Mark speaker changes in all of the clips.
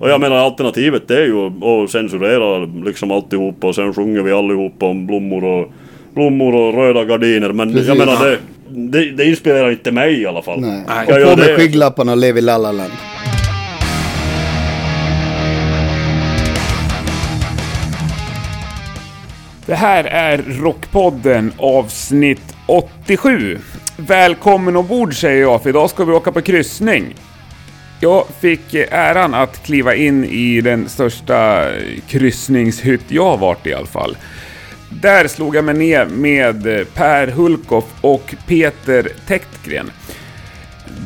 Speaker 1: Och jag menar alternativet det är ju att- att censurera liksom alltihopa och sen sjunger vi allihopa om blommor och, blommor och röda gardiner. Men
Speaker 2: Precis.
Speaker 1: jag menar det, det, det inspirerar inte mig i alla fall.
Speaker 2: Nej.
Speaker 3: Nej.
Speaker 1: Jag
Speaker 2: Och
Speaker 1: gör
Speaker 2: på
Speaker 1: det.
Speaker 2: med skygglapparna och lev i Lalaland.
Speaker 4: Det här är Rockpodden avsnitt 87. Välkommen ombord säger jag, för idag ska vi åka på kryssning. Jag fick eh, äran att kliva in i den största eh, kryssningshytt jag har varit i alla fall. Där slog jag mig ner med eh, Per Hulkoff och Peter Tektgren.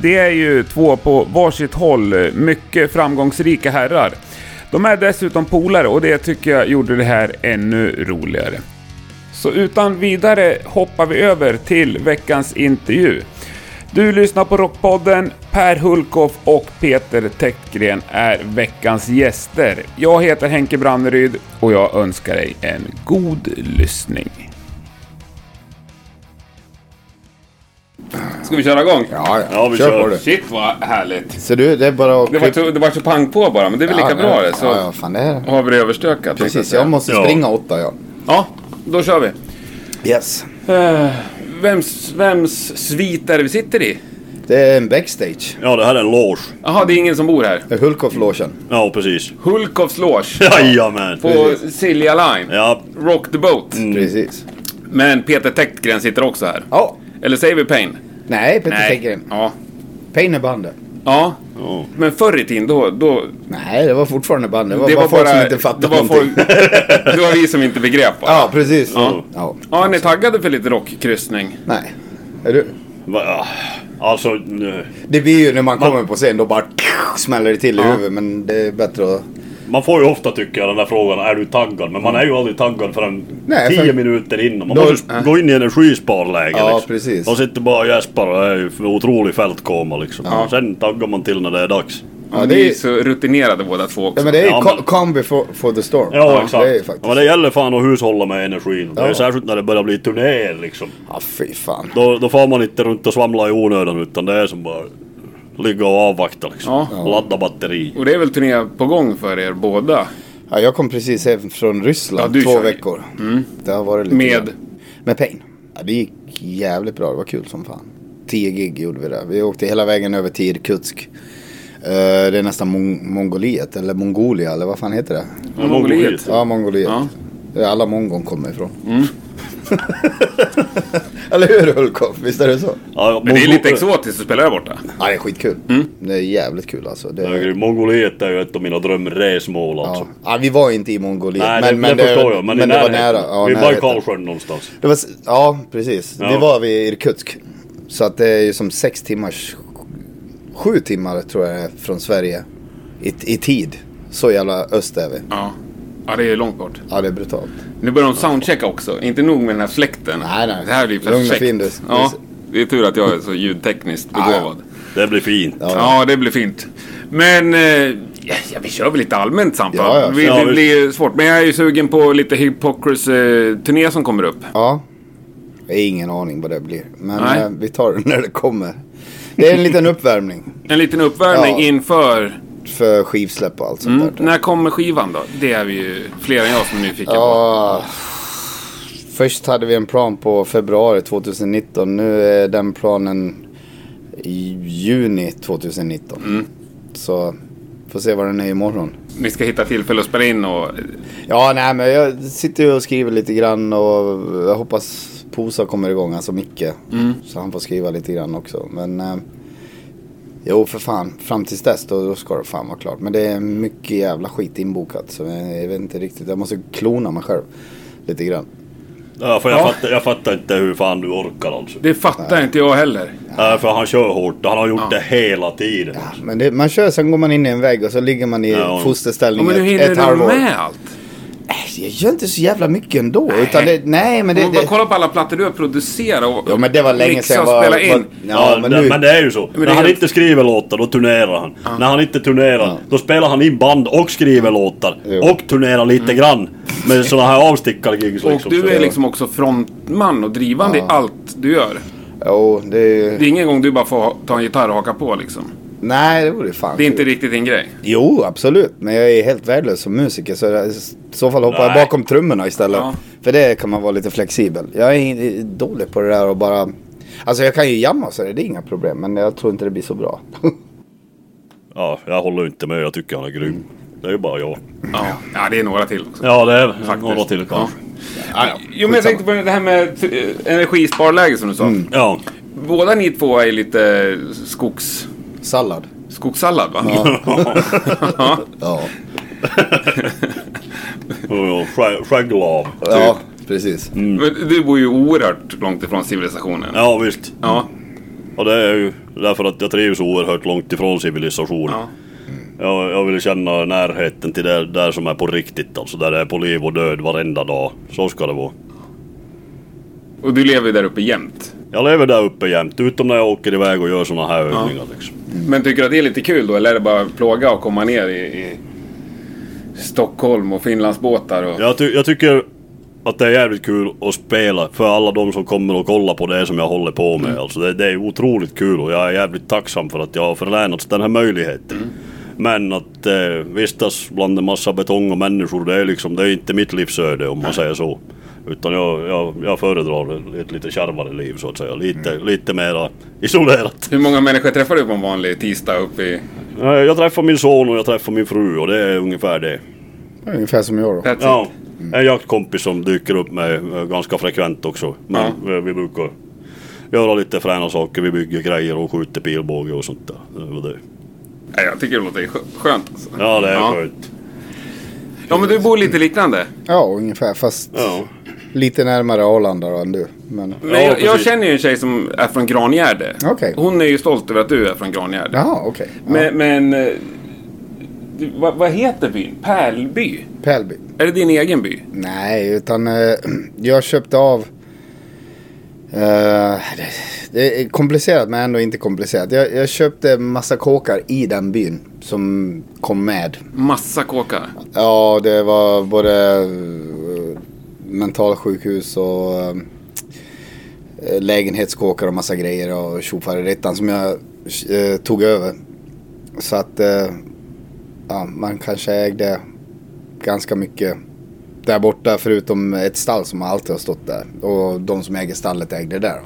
Speaker 4: Det är ju två på varsitt håll mycket framgångsrika herrar. De är dessutom polare och det tycker jag gjorde det här ännu roligare. Så utan vidare hoppar vi över till veckans intervju. Du lyssnar på Rockpodden, Per Hulkoff och Peter Tektgren är veckans gäster. Jag heter Henke Branneryd och jag önskar dig en god lyssning. Ska vi köra igång?
Speaker 3: Ja, ja.
Speaker 1: Ja, vi
Speaker 3: Kör
Speaker 1: kör.
Speaker 3: på det.
Speaker 4: Shit vad härligt!
Speaker 3: Så du, det är bara att...
Speaker 4: Det var, så, det var så pang på bara, men det är väl lika bra det. Så
Speaker 3: Ja, ja, fan det är...
Speaker 4: har vi det överstökat. tänkte
Speaker 3: Precis,
Speaker 4: säga.
Speaker 3: jag måste
Speaker 1: Ja.
Speaker 3: springa åtta ja.
Speaker 4: Ja, då kör vi.
Speaker 3: Yes.
Speaker 4: Eh, vems, vems svit är det vi sitter i?
Speaker 3: Det är en backstage.
Speaker 1: Ja, det här är en loge.
Speaker 4: Jaha, det är ingen som bor här.
Speaker 3: Det är Hulkoff-logen.
Speaker 1: Ja, precis.
Speaker 4: Hulkoffs Loge
Speaker 1: Jajamän!
Speaker 4: på Silja Line.
Speaker 1: Ja,
Speaker 4: Rock the Boat.
Speaker 3: Mm.
Speaker 1: Mm.
Speaker 3: Precis.
Speaker 4: Men Peter Tektgren sitter också här.
Speaker 3: Ja.
Speaker 4: Eller säger vi Payne?
Speaker 3: Nej, Peter Tegren.
Speaker 4: Ja.
Speaker 3: Pain är bandet.
Speaker 4: ja.
Speaker 1: Ja.
Speaker 4: Men förr i tiden då... då
Speaker 3: Nej, det var fortfarande bandet. Det var, bara folk som inte fattade
Speaker 4: det var,
Speaker 3: någonting.
Speaker 4: folk, det var vi som inte begrep bara.
Speaker 3: Ja, precis.
Speaker 4: Ja.
Speaker 3: Ja.
Speaker 4: Ja, är ni taggade för lite rockkryssning?
Speaker 3: Nej. Är du?
Speaker 1: va- ja. alltså... nu-
Speaker 3: Det blir ju när man kommer på scen då bara smäller det till i huvudet. Men det är bättre att...
Speaker 1: Man får ju ofta tycker jag den där frågan, är du taggad? Men man är ju aldrig taggad förrän
Speaker 3: Nej,
Speaker 1: tio
Speaker 3: för-
Speaker 1: minuter innan. Man
Speaker 3: Då-
Speaker 1: måste gå in i energisparläge
Speaker 3: Ja,
Speaker 1: liksom.
Speaker 3: precis.
Speaker 1: Man sitter bara och gäspar och är ju för otrolig fältkoma liksom. Och sen taggar man till när det är dags.
Speaker 3: Ja,
Speaker 4: Ja,
Speaker 3: det är-
Speaker 4: Ni är så rutinerade båda två också.
Speaker 3: Ja, men det är ju
Speaker 1: Ja,
Speaker 3: ja,
Speaker 1: men-
Speaker 3: calm before for the storm.
Speaker 1: Ja, exakt.
Speaker 3: Det är ju
Speaker 1: ja,
Speaker 3: faktiskt.
Speaker 1: men det gäller fan att hushålla med energin. Det är
Speaker 3: Ja.
Speaker 1: särskilt när det börjar bli turnéer liksom.
Speaker 3: Ja, fy fan.
Speaker 1: Då, då får man inte runt och svamla i onödan utan det är som bara ligga och avvakta liksom.
Speaker 4: Ja.
Speaker 1: Ladda batteri.
Speaker 4: Och det är väl turné på gång för er båda?
Speaker 3: Ja, jag kom precis hem från
Speaker 4: Ja,
Speaker 3: Ryssland
Speaker 4: du
Speaker 3: två
Speaker 4: kör ju.
Speaker 3: veckor.
Speaker 1: Mm.
Speaker 3: Det har varit lite
Speaker 4: Med?
Speaker 3: grann. Med Pain. Ja, det gick jävligt bra. Det var kul som fan. Tio gig gjorde vi där. Vi åkte hela vägen över till Irkutsk. Eh, det är nästan Mon- Mongoliet, eller Mongolia, eller vad fan heter det?
Speaker 1: Ja,
Speaker 4: Mongoliet.
Speaker 3: Ja, Mongoliet.
Speaker 4: Ja.
Speaker 3: Det är alla mongon kommer ifrån.
Speaker 1: Mm.
Speaker 3: eller hur Hulkoff? Visst är det så?
Speaker 1: Ja,
Speaker 4: Men det är
Speaker 1: Mongol-
Speaker 4: lite exotiskt att spela där borta.
Speaker 3: Ja, det är skitkul. Det är jävligt kul alltså. Det
Speaker 1: Mm. Ja,
Speaker 3: är...
Speaker 1: gud, Äh, Mongoliet är ju ett av mina drömresmål alltså.
Speaker 3: Ja. ja, vi var inte i Mongoliet.
Speaker 1: Nej, det, det förstår jag. Men, i
Speaker 3: det var
Speaker 1: närheten.
Speaker 3: nära. Ja,
Speaker 1: Vi var i
Speaker 3: närheten.
Speaker 1: Karlsjön någonstans.
Speaker 3: Det var, s- ja, precis.
Speaker 1: Ja.
Speaker 3: Det var vid Irkutsk. Så att det är ju som sex timmars... Sju timmar tror jag det är från Sverige. I, I tid. Så jävla öst är vi.
Speaker 4: Ja. Ja, det är långt bort.
Speaker 3: Ja, det är brutalt.
Speaker 4: Nu börjar de soundchecka också. Inte nog med den här fläkten.
Speaker 3: Nej, nej.
Speaker 4: Det här blir
Speaker 3: Lugn och
Speaker 4: perfekt.
Speaker 3: fin, du.
Speaker 4: Ja, det är tur att jag är så ljudtekniskt
Speaker 3: Ah, Ja, ja.
Speaker 4: begåvad.
Speaker 1: Det blir fint.
Speaker 3: Ja.
Speaker 4: Ja, det blir fint. Men eh, ja, ja, vi kör väl lite allmänt samtal.
Speaker 3: Ja, ja.
Speaker 4: Vi,
Speaker 1: Ja,
Speaker 4: det
Speaker 1: vi-
Speaker 4: blir ju svårt. Men jag är ju sugen på lite Hypocrisy-turné som kommer upp.
Speaker 3: Ja. Jag har ingen aning vad det blir. Men
Speaker 4: Nej.
Speaker 3: eh, vi tar det när det kommer. Det är en liten uppvärmning.
Speaker 4: En liten uppvärmning
Speaker 3: Ja.
Speaker 4: inför...
Speaker 3: För skivsläpp och allt sånt
Speaker 4: Mm,
Speaker 3: där.
Speaker 4: när kommer skivan då? Det är vi ju fler än jag som är nyfikna på.
Speaker 3: Ja. Först hade vi en plan på februari 2019. Nu är den planen i juni 2019. Så får se vad den är imorgon.
Speaker 4: Ni ska hitta tillfälle att spela in och...
Speaker 3: Ja, nej men jag sitter ju och skriver lite grann och jag hoppas Posa kommer igång, alltså Micke. Så han får skriva lite grann också. Men eh, jo, för fan. Fram tills dess då, då ska det fan vara klart. Men det är mycket jävla skit inbokat. Så jag, jag vet inte riktigt. Jag måste klona mig själv lite grann.
Speaker 1: Ja, för jag,
Speaker 4: Ja.
Speaker 1: fattar, jag fattar inte hur fan du orkar alltså.
Speaker 4: Det fattar inte jag heller.
Speaker 1: Ja. För han kör hårt. Han har gjort det hela tiden.
Speaker 3: Ja, Ah, Men det, man kör, sen går man in i en vägg och så ligger man i
Speaker 1: Ja.
Speaker 4: Ja,
Speaker 3: fosterställning
Speaker 4: men hur
Speaker 3: ett,
Speaker 4: hinner
Speaker 3: ett
Speaker 4: du
Speaker 3: halvår.
Speaker 4: med allt?
Speaker 3: Äh, Jag gör inte så jävla mycket ändå. Nej, utan det, nej men det...
Speaker 4: Om man bara
Speaker 3: det
Speaker 4: kollar på alla plattor du har producerat och
Speaker 3: ja, men det var länge
Speaker 4: mixa
Speaker 3: sedan jag
Speaker 4: och
Speaker 3: var...
Speaker 4: spela in.
Speaker 3: var-
Speaker 1: Ja,
Speaker 3: ja, men
Speaker 1: det,
Speaker 3: nu,
Speaker 1: men det är ju så.
Speaker 4: det
Speaker 1: När
Speaker 4: är
Speaker 1: han
Speaker 4: helt-
Speaker 1: inte skriver låtar, då turnerar han. När han inte turnerar, då spelar han in band och skriver låtar.
Speaker 3: Jo.
Speaker 1: Och turnerar lite grann. Med såna här avstickargigs
Speaker 4: Och
Speaker 1: liksom.
Speaker 4: du
Speaker 1: Så-
Speaker 4: är liksom också frontman och drivande i allt du gör.
Speaker 3: Jo, det är ju...
Speaker 4: Det är ingen gång du bara får ha- ta en gitarr och haka på liksom.
Speaker 3: Nej, det vore ju fan
Speaker 4: Det är inte
Speaker 3: kul.
Speaker 4: riktigt din grej.
Speaker 3: Jo, absolut. Men jag är helt värdelös som musiker. Så jag- i så fall hoppar jag
Speaker 1: Nej.
Speaker 3: bakom trummorna istället.
Speaker 4: Ja.
Speaker 3: För det kan man vara lite flexibel. Jag är in- dålig på det där och bara... Alltså jag kan ju jamma så det är inga problem. Men jag tror inte det blir så bra.
Speaker 1: Ja, jag håller inte med. Jag tycker han är grym. Det är ju bara jag.
Speaker 4: Ja, ja det är några till också.
Speaker 1: Ja, det är
Speaker 4: Faktiskt.
Speaker 1: några till kanske.
Speaker 3: Ja, ja.
Speaker 4: Jo, men jag tänkte på det här med eh, energisparläge som du sa.
Speaker 3: Mm.
Speaker 1: Ja.
Speaker 4: Båda ni två är lite skogs,
Speaker 3: Sallad.
Speaker 4: skogssallad va? Ja.
Speaker 3: Ja.
Speaker 1: Typ. Ja, skä- Skägglav.
Speaker 3: Ja, precis.
Speaker 4: Men du bor ju oerhört långt ifrån civilisationen.
Speaker 1: Ja, visst.
Speaker 4: Ja.
Speaker 1: Och det är ju därför att jag trivs oerhört långt ifrån civilisationen.
Speaker 4: Ja.
Speaker 1: Jag, jag vill känna närheten till det där som är på riktigt alltså. Där det är på liv och död varenda dag. Så ska det vara.
Speaker 4: Och du lever ju där uppe jämt.
Speaker 1: Jag lever där uppe jämt, utom när jag åker iväg och gör såna här övningar liksom.
Speaker 4: Men tycker du att det är lite kul då? Eller är det bara plåga att komma ner i, i Stockholm och Finlandsbåtar? Och...
Speaker 1: Jag, ty- jag tycker att det är jävligt kul att spela för alla de som kommer och kollar på det som jag håller på med. Alltså det, det är otroligt kul och jag är jävligt tacksam för att jag har förlänats den här möjligheten. Men att eh, vistas bland en massa betong och människor, det är liksom, det är inte mitt livsöde om man säger så. Utan jag, jag, jag föredrar ett lite kärvare liv så att säga, lite, lite mera isolerat.
Speaker 4: Hur många människor träffar du på en vanlig tisdag uppe i...
Speaker 1: Eh, Jag träffar min son och jag träffar min fru och det är ungefär det.
Speaker 3: Ungefär som jag då.
Speaker 4: That's it.
Speaker 1: Ja,
Speaker 3: Mm.
Speaker 1: en jaktkompis som dyker upp med eh, ganska frekvent också. Men eh, vi brukar göra lite fräna saker. Vi bygger grejer och skjuter pilbåge och sånt där. Det var det.
Speaker 4: Nej, Jag tycker det låter skö- skönt. Alltså.
Speaker 1: Ja, det är
Speaker 4: ja.
Speaker 1: skönt.
Speaker 4: Ja, men du bor lite liknande.
Speaker 3: Ja, ungefär. Fast
Speaker 1: Ja.
Speaker 3: lite närmare Arlanda då än du. Men...
Speaker 4: Men jag, jag
Speaker 1: precis.
Speaker 4: känner ju en tjej som är från Grangärde.
Speaker 3: Okej.
Speaker 4: Hon är ju stolt över att du är från Grangärde.
Speaker 3: Jaha, okej. Ja.
Speaker 4: Men, men eh, du, vad, vad heter byn? Pärlby?
Speaker 3: Pälby.
Speaker 4: Är det din egen by?
Speaker 3: Nej, utan eh, jag köpte av... eh, det, det är komplicerat men ändå inte komplicerat. Jag, jag köpte massa kåkar i den byn som kom med.
Speaker 4: Massa kåkar.
Speaker 3: Ja, det var både eh, mentalsjukhus och eh, lägenhetskåkar och massa grejer och tjofaderittan som jag eh, tog över. Så att eh, ja, man kanske ägde ganska mycket där borta förutom ett stall som alltid har stått där. Och de som äger stallet ägde det där.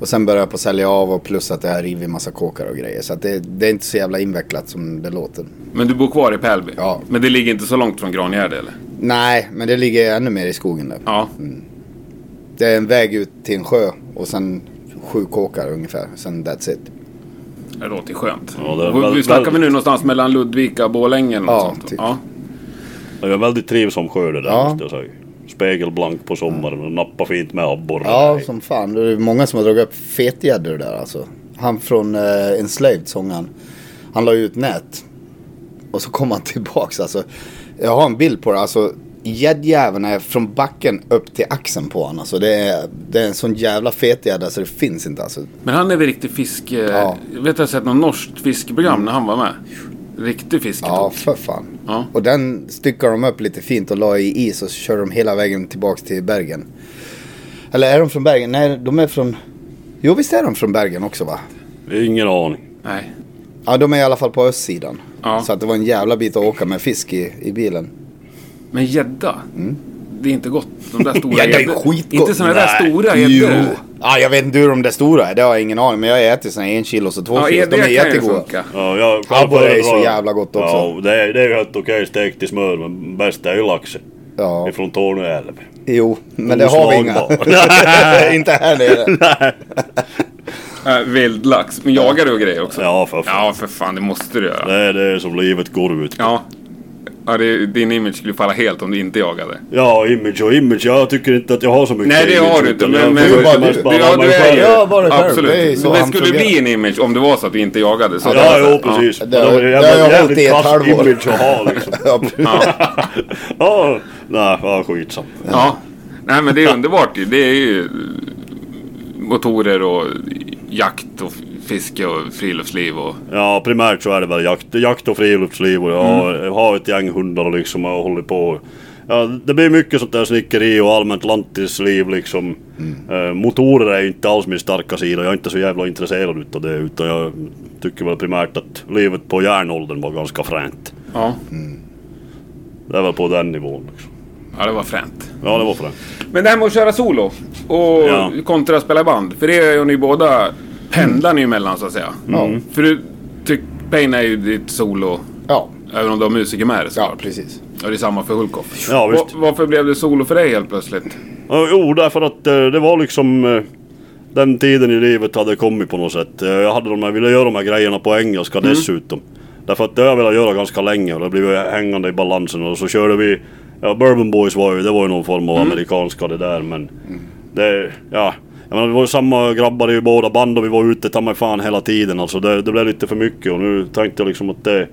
Speaker 3: Och sen började jag på att sälja av och plus att jag har rivit massa kåkar och grejer. Så att det, det är inte så jävla invecklat som det låter.
Speaker 4: Men du bor kvar i Pärlby?
Speaker 3: Ja.
Speaker 4: Men det ligger inte så långt från Grangärde eller?
Speaker 3: Nej, men det ligger ännu mer i skogen där.
Speaker 4: Ja.
Speaker 3: Det är en väg ut till en sjö och sen sju kåkar ungefär. Sen that's it.
Speaker 4: Det låter skönt.
Speaker 1: Ja, det är
Speaker 4: Och vi- vi
Speaker 1: väldigt-
Speaker 4: snackar vi nu någonstans mellan Ludvika och Borlänge eller något
Speaker 3: Ja,
Speaker 4: sånt.
Speaker 3: typ.
Speaker 4: Ja.
Speaker 1: Det är en väldigt trivsam skörd det där
Speaker 3: Ja.
Speaker 1: måste jag säga. Spegelblank på sommaren och nappa fint med abborre.
Speaker 3: Ja, som fan. Det är många som har dragit upp fetgäddor där alltså. Han från eh, Enslaved, sångaren. Han la ut nät. Och så kom han tillbaks alltså. Jag har en bild på det. Alltså gäddjäveln är från backen upp till axeln på honom. Alltså det är, det är en sån jävla fetgädda så det finns inte alltså.
Speaker 4: Men han är väl riktig fisk... eh,
Speaker 3: Ja.
Speaker 4: Jag vet jag har sett något norskt fiskeprogram när han var med. Riktig fisk.
Speaker 3: Ja, för fan.
Speaker 4: Ja.
Speaker 3: Och den styckar de upp lite fint och la i is och så kör de hela vägen tillbaks till Bergen. Eller är de från Bergen? Nej, de är från... Jo, visst är de från Bergen också va?
Speaker 1: Ingen aning.
Speaker 4: Nej.
Speaker 3: Ja, de är i alla fall på östsidan.
Speaker 4: Ja.
Speaker 3: Så att det var en jävla bit att åka med fisk i, i bilen.
Speaker 4: Men gädda? Det är inte gott. De där stora
Speaker 3: Ja, det Mm. är
Speaker 4: gäddor.
Speaker 3: skitgott.
Speaker 4: Inte sådana där
Speaker 1: Nej.
Speaker 4: stora
Speaker 3: Jo.
Speaker 4: gäddor.
Speaker 3: Ja, jag vet inte hur de där stora är, det har jag ingen aning Men jag äter såna en kilos och två
Speaker 4: Ja,
Speaker 3: kilos. De
Speaker 4: det
Speaker 3: är
Speaker 4: kan ju
Speaker 3: jättegoda.
Speaker 4: funka.
Speaker 1: Ja, jag själv
Speaker 3: Abborre är ju så
Speaker 1: föredrar-
Speaker 3: jävla gott också.
Speaker 1: Ja, det är, det är ju helt okej stekt i smör men bäst är ju laxen.
Speaker 3: Ja.
Speaker 1: Ifrån Torne älv.
Speaker 3: Jo, men det har vi inga.
Speaker 1: Oslagbar.
Speaker 3: inte här nere.
Speaker 4: Äh, vild lax. Men jagar du och grejer också?
Speaker 1: Ja, för fan.
Speaker 4: Ja, för fan. Det måste du göra.
Speaker 1: Det är det som livet går ut på.
Speaker 4: Ja. ja det, din image skulle falla helt om du inte jagade.
Speaker 1: Ja, image och image. Jag tycker inte att jag har så mycket
Speaker 4: Nej, det typ
Speaker 1: image,
Speaker 4: har du inte.
Speaker 1: utan
Speaker 4: Men,
Speaker 1: jag
Speaker 4: men,
Speaker 1: får ju
Speaker 3: bara-
Speaker 1: mest
Speaker 3: du-
Speaker 1: bara
Speaker 4: ja,
Speaker 1: mig
Speaker 4: du är
Speaker 1: själv.
Speaker 4: ju...
Speaker 3: Ja, bara själv.
Speaker 4: absolut.
Speaker 3: Det är ju så
Speaker 4: Men det
Speaker 3: han
Speaker 4: skulle
Speaker 3: fungerar.
Speaker 4: bli en image om det var så att du inte jagade. Så
Speaker 1: Ja,
Speaker 4: det var
Speaker 1: jo,
Speaker 4: så här,
Speaker 1: precis.
Speaker 3: Ja.
Speaker 1: Men Det var
Speaker 3: Det
Speaker 1: ju
Speaker 3: har jag
Speaker 1: jävligt-
Speaker 3: hållit i ett
Speaker 1: jävligt kass
Speaker 3: halvår.
Speaker 1: image att ha liksom.
Speaker 3: Ja, precis.
Speaker 1: Ja, nej, ja, skitsam.
Speaker 4: Ja. ja. Nej, men det är underbart ju. Det är ju motorer och jakt och fiske och friluftsliv och...
Speaker 1: Ja,
Speaker 4: Mm.
Speaker 1: primärt så är det väl jakt, jakt och friluftsliv och jag har- jag har ett gäng hundar liksom och håller på. ja, det blir mycket sånt där snickeri och allmänt lantisliv liksom.
Speaker 3: Mm.
Speaker 1: Eh, motorer är ju inte alls min starka sida, jag är inte så jävla intresserad utav det utan jag tycker väl primärt att livet på järnåldern var ganska fränt.
Speaker 4: Ja.
Speaker 1: Det är väl på den nivån. Liksom.
Speaker 4: ja, det var fränt.
Speaker 1: Ja, det var fränt.
Speaker 4: Men det här med att köra solo och
Speaker 1: Ja.
Speaker 4: kontra spela band. För det gör ni båda, pendlar ni emellan så att säga.
Speaker 1: Mm.
Speaker 3: Ja.
Speaker 4: För du, tyck, Pain är ju ditt solo,
Speaker 3: Ja,
Speaker 4: även om du har musiker med dig
Speaker 3: ja
Speaker 4: såklart.
Speaker 3: precis.
Speaker 4: Och det är samma för Hulkoff.
Speaker 1: Ja, visst.
Speaker 4: Va- varför blev det solo för dig helt plötsligt?
Speaker 1: Ja, Jo, därför att eh, det var liksom eh, den tiden i livet hade kommit på något sätt. Eh, Jag hade de här, ville göra de här grejerna på engelska dessutom. Därför att det har jag velat göra ganska länge och det blev hängande i balansen och så körde vi Ja, Bourbon Boys var ju, det var ju någon form av amerikanska det där men Det, ja Jag menar, vi var ju samma grabbar i båda band och vi var ute ta mig fan hela tiden alltså det, det blev lite för mycket och nu tänkte jag liksom att det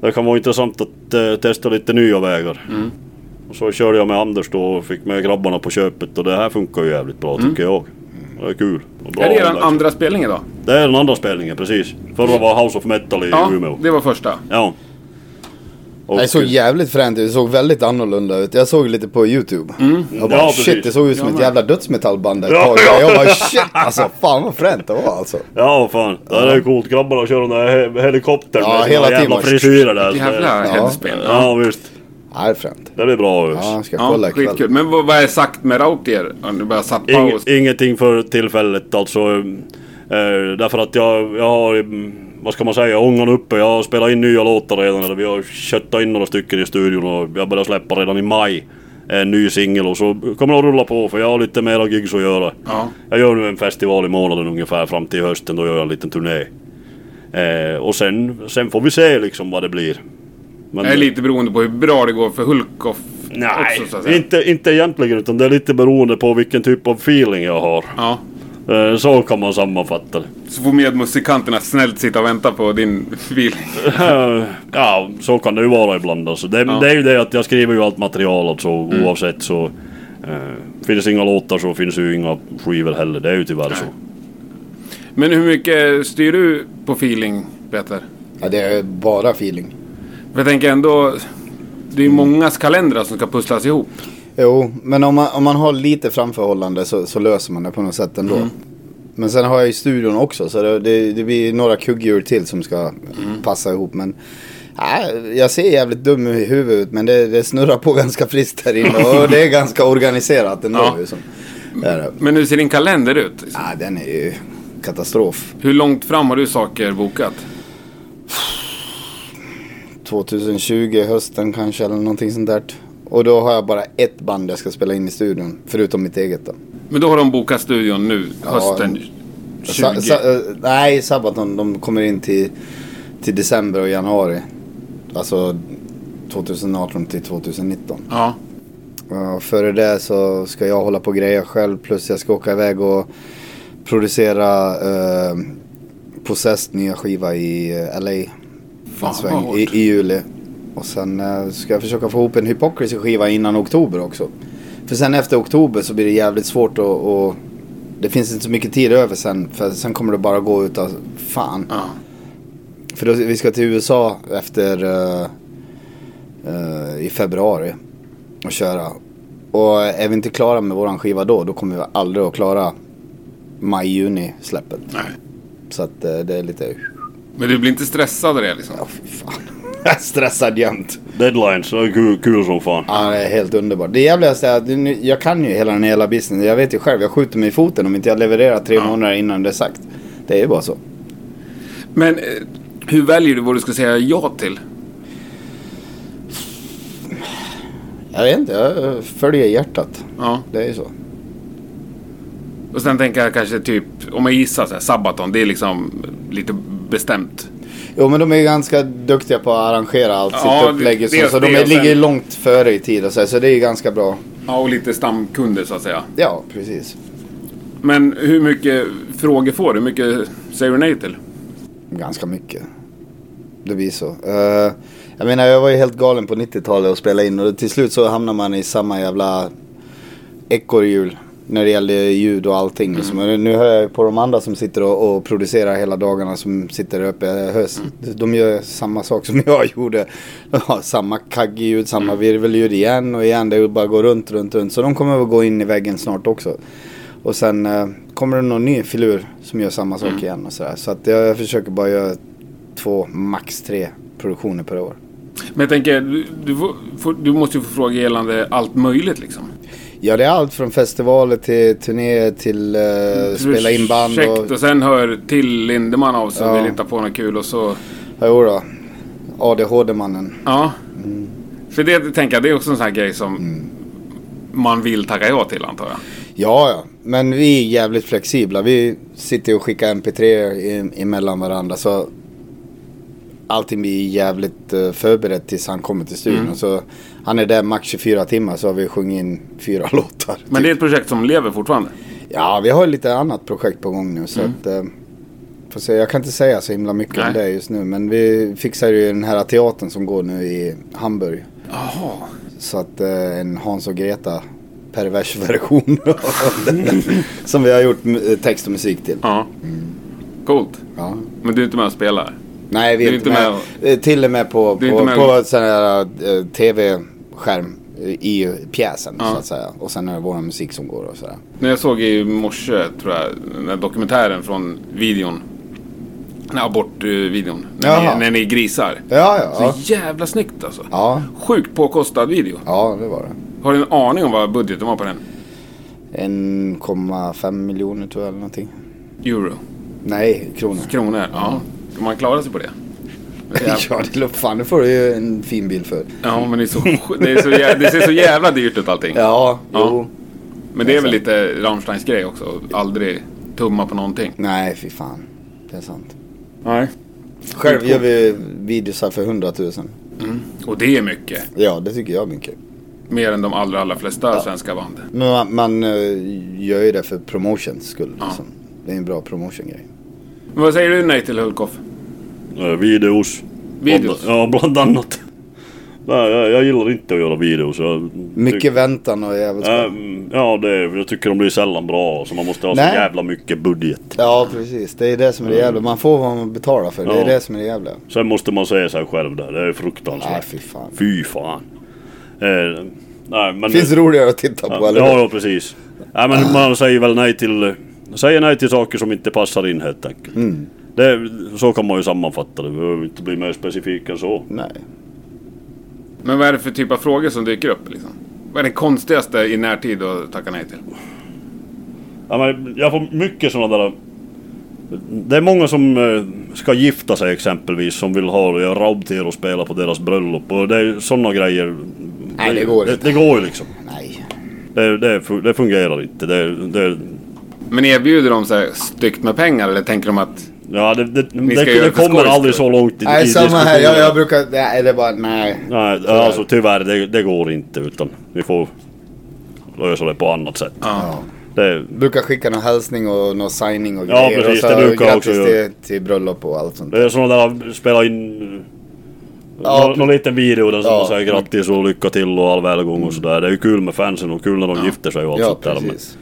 Speaker 1: Det kan vara intressant att eh, testa lite nya vägar
Speaker 4: Mm.
Speaker 1: och så körde jag med Anders då och fick med grabbarna på köpet och det här funkar ju jävligt bra tycker jag. Det är kul. Och bra
Speaker 4: Mm. är det er
Speaker 1: omväxling.
Speaker 4: andra spelning idag?
Speaker 1: det är den andra spelningen precis. Förra var House of Metal i
Speaker 4: Mm. Ja,
Speaker 1: Umeå.
Speaker 4: det var första.
Speaker 1: Ja. Och,
Speaker 3: Det såg jävligt fränt ut, det såg väldigt annorlunda ut. Jag såg lite på YouTube. Jag bara
Speaker 1: Mm. Ja, precis.
Speaker 3: shit, det såg ut som
Speaker 4: Jag
Speaker 3: ett
Speaker 4: med.
Speaker 3: jävla dödsmetallband ett
Speaker 1: Ja,
Speaker 3: tag.
Speaker 1: ja.
Speaker 3: Jag bara shit alltså, fan vad fränt det var alltså.
Speaker 1: ja fan. Det här är ju coolt. Grabbarna kör den där he- helikoptern
Speaker 3: Ja,
Speaker 1: med sina
Speaker 3: hela
Speaker 1: jävla
Speaker 3: tiden.
Speaker 1: frisyrer där. så det-
Speaker 4: Jävla
Speaker 3: Ja.
Speaker 4: headspin.
Speaker 1: Ja visst.
Speaker 3: Ja, det är fränt.
Speaker 1: Det blir bra.
Speaker 3: Ja, jag
Speaker 1: Ja.
Speaker 3: ska kolla
Speaker 4: Ja,
Speaker 3: ikväll.
Speaker 4: skitkul. Men vad, vad är sagt med Rautier? Om Du bara satt paus.
Speaker 1: ingenting för tillfället alltså. Eh, därför att jag, jag har, mm, vad ska man säga, ångan uppe. Jag har spelat in nya låtar redan. Eller vi har köttat in några stycken i studion och jag börjar släppa redan i maj. En ny singel och så kommer det att rulla på för jag har lite mera gigs att göra.
Speaker 4: Ja.
Speaker 1: Jag gör nu en festival i månaden ungefär fram till hösten. Då gör jag en liten turné. Eh, och sen, sen får vi se liksom vad det blir. Men-
Speaker 4: Det är lite beroende på hur bra det går för Hulkoff
Speaker 1: Nej,
Speaker 4: också så att säga.
Speaker 1: inte, inte egentligen utan det är lite beroende på vilken typ av feeling jag har.
Speaker 4: Ja.
Speaker 1: Eh, Så kan man sammanfatta det.
Speaker 4: Så får medmusikanterna snällt sitta och vänta på din feeling.
Speaker 1: Eh, Ja, så kan det ju vara ibland alltså. det, det är ju det att jag skriver ju allt material alltså,
Speaker 3: Mm.
Speaker 1: oavsett så... Eh, finns det inga låtar så finns det ju inga skivor heller, det är ju tyvärr så.
Speaker 4: Men hur mycket styr du på feeling, Peter?
Speaker 3: Ja, det är bara feeling.
Speaker 4: För jag tänker ändå... Det
Speaker 3: Mm.
Speaker 4: är mångas kalendrar som ska pusslas ihop.
Speaker 3: Jo, men om man, om man har lite framförhållande så, så löser man det på något sätt ändå. Men sen har jag ju studion också så det, det, det blir några kugghjul till som ska passa ihop. Men nej, jag ser jävligt dum i huvudet men det, det snurrar på ganska friskt här inne och det är ganska organiserat ändå.
Speaker 4: Ja.
Speaker 3: Liksom. Det är det.
Speaker 4: Men hur ser din kalender ut?
Speaker 3: Nej, den är ju katastrof.
Speaker 4: Hur långt fram har du saker bokat?
Speaker 3: 2020, hösten kanske eller någonting sånt där. Och då har jag bara ett band jag ska spela in i studion, förutom mitt eget då.
Speaker 4: Men då har de bokat studion nu,
Speaker 3: Ja,
Speaker 4: hösten 20.
Speaker 3: Sa, sa, eh, nej, Sabaton de kommer in till, till december och januari. Alltså 2018 till 2019.
Speaker 4: ja.
Speaker 3: Uh, före det så ska jag hålla på och greja själv plus jag ska åka iväg och producera uh, Possessed nya skiva i eh, LA.
Speaker 4: Fan,
Speaker 3: en
Speaker 4: vad
Speaker 3: sväng,
Speaker 4: hårt.
Speaker 3: i, I juli. Och sen eh, ska jag försöka få ihop en Hypocrisy skiva innan oktober också. För sen efter oktober så blir det jävligt svårt att... Och, det finns inte så mycket tid över sen för sen kommer det bara gå utav fan.
Speaker 4: ja.
Speaker 3: För då, vi ska till USA efter eh, eh, i februari och köra. Och är vi inte klara med våran skiva då, då kommer vi aldrig att klara maj-juni släppet.
Speaker 4: Nej.
Speaker 3: Så att eh, det är lite...
Speaker 4: Men du blir inte stressad av det liksom?
Speaker 3: Ja, fy fan. Jag är stressad jämt.
Speaker 1: Deadlines, det är kul, kul som fan.
Speaker 3: Ja, det är helt underbart. Det jävligaste är att nu- jag kan ju hela den här hela businessen. Jag vet ju själv, jag skjuter mig i foten om inte jag levererar tre månader innan det är sagt. Det är ju bara så.
Speaker 4: Men eh, hur väljer du vad du ska säga ja till?
Speaker 3: Jag vet inte, jag eh, följer hjärtat.
Speaker 4: Ja.
Speaker 3: Det är ju så.
Speaker 4: Och sen tänker jag kanske typ, om jag gissar så här, Sabaton, det är liksom lite bestämt.
Speaker 3: Jo men de är ju ganska duktiga på att arrangera allt
Speaker 4: Ja,
Speaker 3: sitt upplägg och så,
Speaker 4: dels
Speaker 3: så de
Speaker 4: det
Speaker 3: är,
Speaker 4: och sen-
Speaker 3: ligger ju långt före i tid och så, här, så det är ju ganska bra.
Speaker 4: Ja, och lite stamkunder så att säga.
Speaker 3: Ja, precis.
Speaker 4: Men hur mycket frågor får du? Hur mycket säger du nej till?
Speaker 3: Ganska mycket. Det blir så. Eh, jag menar jag var ju helt galen på 90-talet och spelade in och till slut så hamnar man i samma jävla ekorrhjul. När det gällde ljud och allting. Liksom. Men Nu hör jag ju på de andra som sitter och, och producerar hela dagarna som sitter uppe höst. De gör samma sak som jag gjorde. De har samma kaggljud, samma virvelljud igen och igen. Det bara går runt, runt, runt. Så de kommer väl gå in i väggen snart också. Och sen eh, kommer det någon ny filur som gör samma sak igen och sådär. Så att jag, jag försöker bara göra två, max tre produktioner per år.
Speaker 4: Men jag tänker, du, du, får, får, du måste ju få fråga gällande allt möjligt liksom.
Speaker 3: Ja, det är allt från festivaler till turnéer till eh, spela in band
Speaker 4: Mm, Projekt,
Speaker 3: och...
Speaker 4: och sen hör till Lindemann av sig och
Speaker 3: Ja.
Speaker 4: vill hitta på något kul och så...
Speaker 3: Jo då. ADHD-mannen.
Speaker 4: Ja. För det tänker jag, det är också en sån här grej som man vill tacka ja till antar jag.
Speaker 3: Ja, ja. Men vi är jävligt flexibla. Vi sitter och skickar mp 3 emellan varandra. Så allting blir jävligt eh, förberett tills han kommer till studion. Så han är där max 24 timmar så har vi sjungit in fyra låtar.
Speaker 4: Men det är ett projekt som lever fortfarande.
Speaker 3: Ja, vi har lite annat projekt på gång nu. Så att, eh, får se. Jag kan inte säga så himla mycket om
Speaker 4: Mm. Nej.
Speaker 3: det just nu. Men vi fixar ju den här teatern som går nu i Hamburg.
Speaker 4: Jaha.
Speaker 3: Så att eh, en Hans och Greta pervers version av den, som vi har gjort mu- eh, text och musik till.
Speaker 4: Ja. Coolt.
Speaker 3: Ja.
Speaker 4: Men du är inte med och spelar?
Speaker 3: Nej, vi är inte med. Eh, Till och med på,
Speaker 4: Du är inte
Speaker 3: på,
Speaker 4: med-
Speaker 3: på sån här eh, tv-skärm eh, i pjäsen
Speaker 4: Ja.
Speaker 3: så att säga. Och sen är det vår musik som går och sådär.
Speaker 4: När jag såg i morse, tror jag, den här dokumentären från videon. Den här abortvideon. När
Speaker 3: Jaha.
Speaker 4: ni, när ni grisar.
Speaker 3: Ja, ja. Ja,
Speaker 4: Så jävla snyggt alltså.
Speaker 3: ja,
Speaker 4: Sjukt påkostad video.
Speaker 3: ja det var det.
Speaker 4: Har du en aning om vad budgeten var på den?
Speaker 3: 1,5 miljoner tror jag eller någonting.
Speaker 4: Euro.
Speaker 3: Nej, kronor.
Speaker 4: Kronor. Ja. Ska man klara sig på det?
Speaker 3: Ja, det låter fan. Det får du ju en fin bil för.
Speaker 4: Ja, men det, är så, sj- det, är så jävla, det ser så jävla dyrt ut allting.
Speaker 3: Ja,
Speaker 4: Ja.
Speaker 3: jo.
Speaker 4: Men det är väl lite Rammsteins grej också. Aldrig tumma på någonting.
Speaker 3: Nej, fy fan. Det är sant. Typ
Speaker 4: Nej.
Speaker 3: Själv gör vi videosar för 100 000.
Speaker 4: Och det är mycket.
Speaker 3: Ja, det tycker jag är mycket.
Speaker 4: Mer än de allra, allra flesta svenska band.
Speaker 3: Men man, man eh, gör ju det för promotions skull.
Speaker 4: Ja.
Speaker 3: Liksom. Det är en bra promotion-grej.
Speaker 4: Men vad säger du nej till Hulkoff?
Speaker 1: Eh, Videos.
Speaker 4: Videos?
Speaker 1: Bland, ja, bland annat. Nej, jag, jag gillar inte att göra videos. Jag,
Speaker 3: Mycket
Speaker 1: tyck-
Speaker 3: väntan och jävligt skoj.
Speaker 1: Ehm, Ja, det, jag tycker de blir sällan bra. Så man måste ha så
Speaker 3: Nej.
Speaker 1: jävla mycket budget.
Speaker 3: Ja, precis. Det är det som är det jävla. Man får vad man betalar för. Det
Speaker 1: Ja.
Speaker 3: är det som är det jävla.
Speaker 1: Sen måste man säga sig själv där. Det är
Speaker 3: Nej,
Speaker 1: fruktansvärt.
Speaker 3: fy fan.
Speaker 1: Fy fan. Eh, nej, men...
Speaker 3: Finns roligare att titta på,
Speaker 1: Ja,
Speaker 3: eller
Speaker 1: ja,
Speaker 3: hur?
Speaker 1: ja, precis. Nej, men man säger väl nej till... Säger nej till saker som inte passar in helt enkelt.
Speaker 3: Mm.
Speaker 1: Det, så kan man ju sammanfatta det. Vi behöver inte bli mer specifik än så.
Speaker 3: Nej.
Speaker 4: Men vad är det för typ av frågor som dyker upp liksom? Vad är den konstigaste i närtid att tacka nej till?
Speaker 1: Ja, men jag får mycket sådana där... Det är många som eh, ska gifta sig exempelvis som vill ha ja, Raubter och spela på deras bröllop och det är sådana grejer.
Speaker 3: Nej, det går
Speaker 1: det,
Speaker 3: inte.
Speaker 1: det går ju liksom.
Speaker 3: Nej.
Speaker 1: Det, det, fu- det fungerar inte. Det, det,
Speaker 4: Men erbjuder de så här styggt med pengar eller tänker de att...
Speaker 1: ja, det, det, det,
Speaker 4: ska göra
Speaker 1: det
Speaker 4: det för
Speaker 1: kommer
Speaker 4: skojs
Speaker 1: aldrig
Speaker 4: skull.
Speaker 1: så långt i, i
Speaker 3: Nej, samma här. Jag, jag
Speaker 1: diskussionen.
Speaker 3: brukar... Nej, det är bara... Nej.
Speaker 1: Nej, alltså tyvärr, det, det går inte utan vi får lösa det på annat sätt.
Speaker 4: Ja.
Speaker 1: Det,
Speaker 3: Brukar skicka någon hälsning och någon signing och
Speaker 1: Ja,
Speaker 3: grejer.
Speaker 1: precis,
Speaker 3: och så
Speaker 1: det brukar jag
Speaker 3: grattis
Speaker 1: också göra.
Speaker 3: till, till bröllop och allt sånt.
Speaker 1: det är sådana där, spela in
Speaker 3: Ja, typ.
Speaker 1: Nå- någon liten video där som
Speaker 3: Ja.
Speaker 1: man säger grattis och lycka till och all välgång och sådär. Det är ju kul med fansen och kul när de gifter sig och allt
Speaker 3: Ja,
Speaker 1: sånt där. Men,
Speaker 3: precis.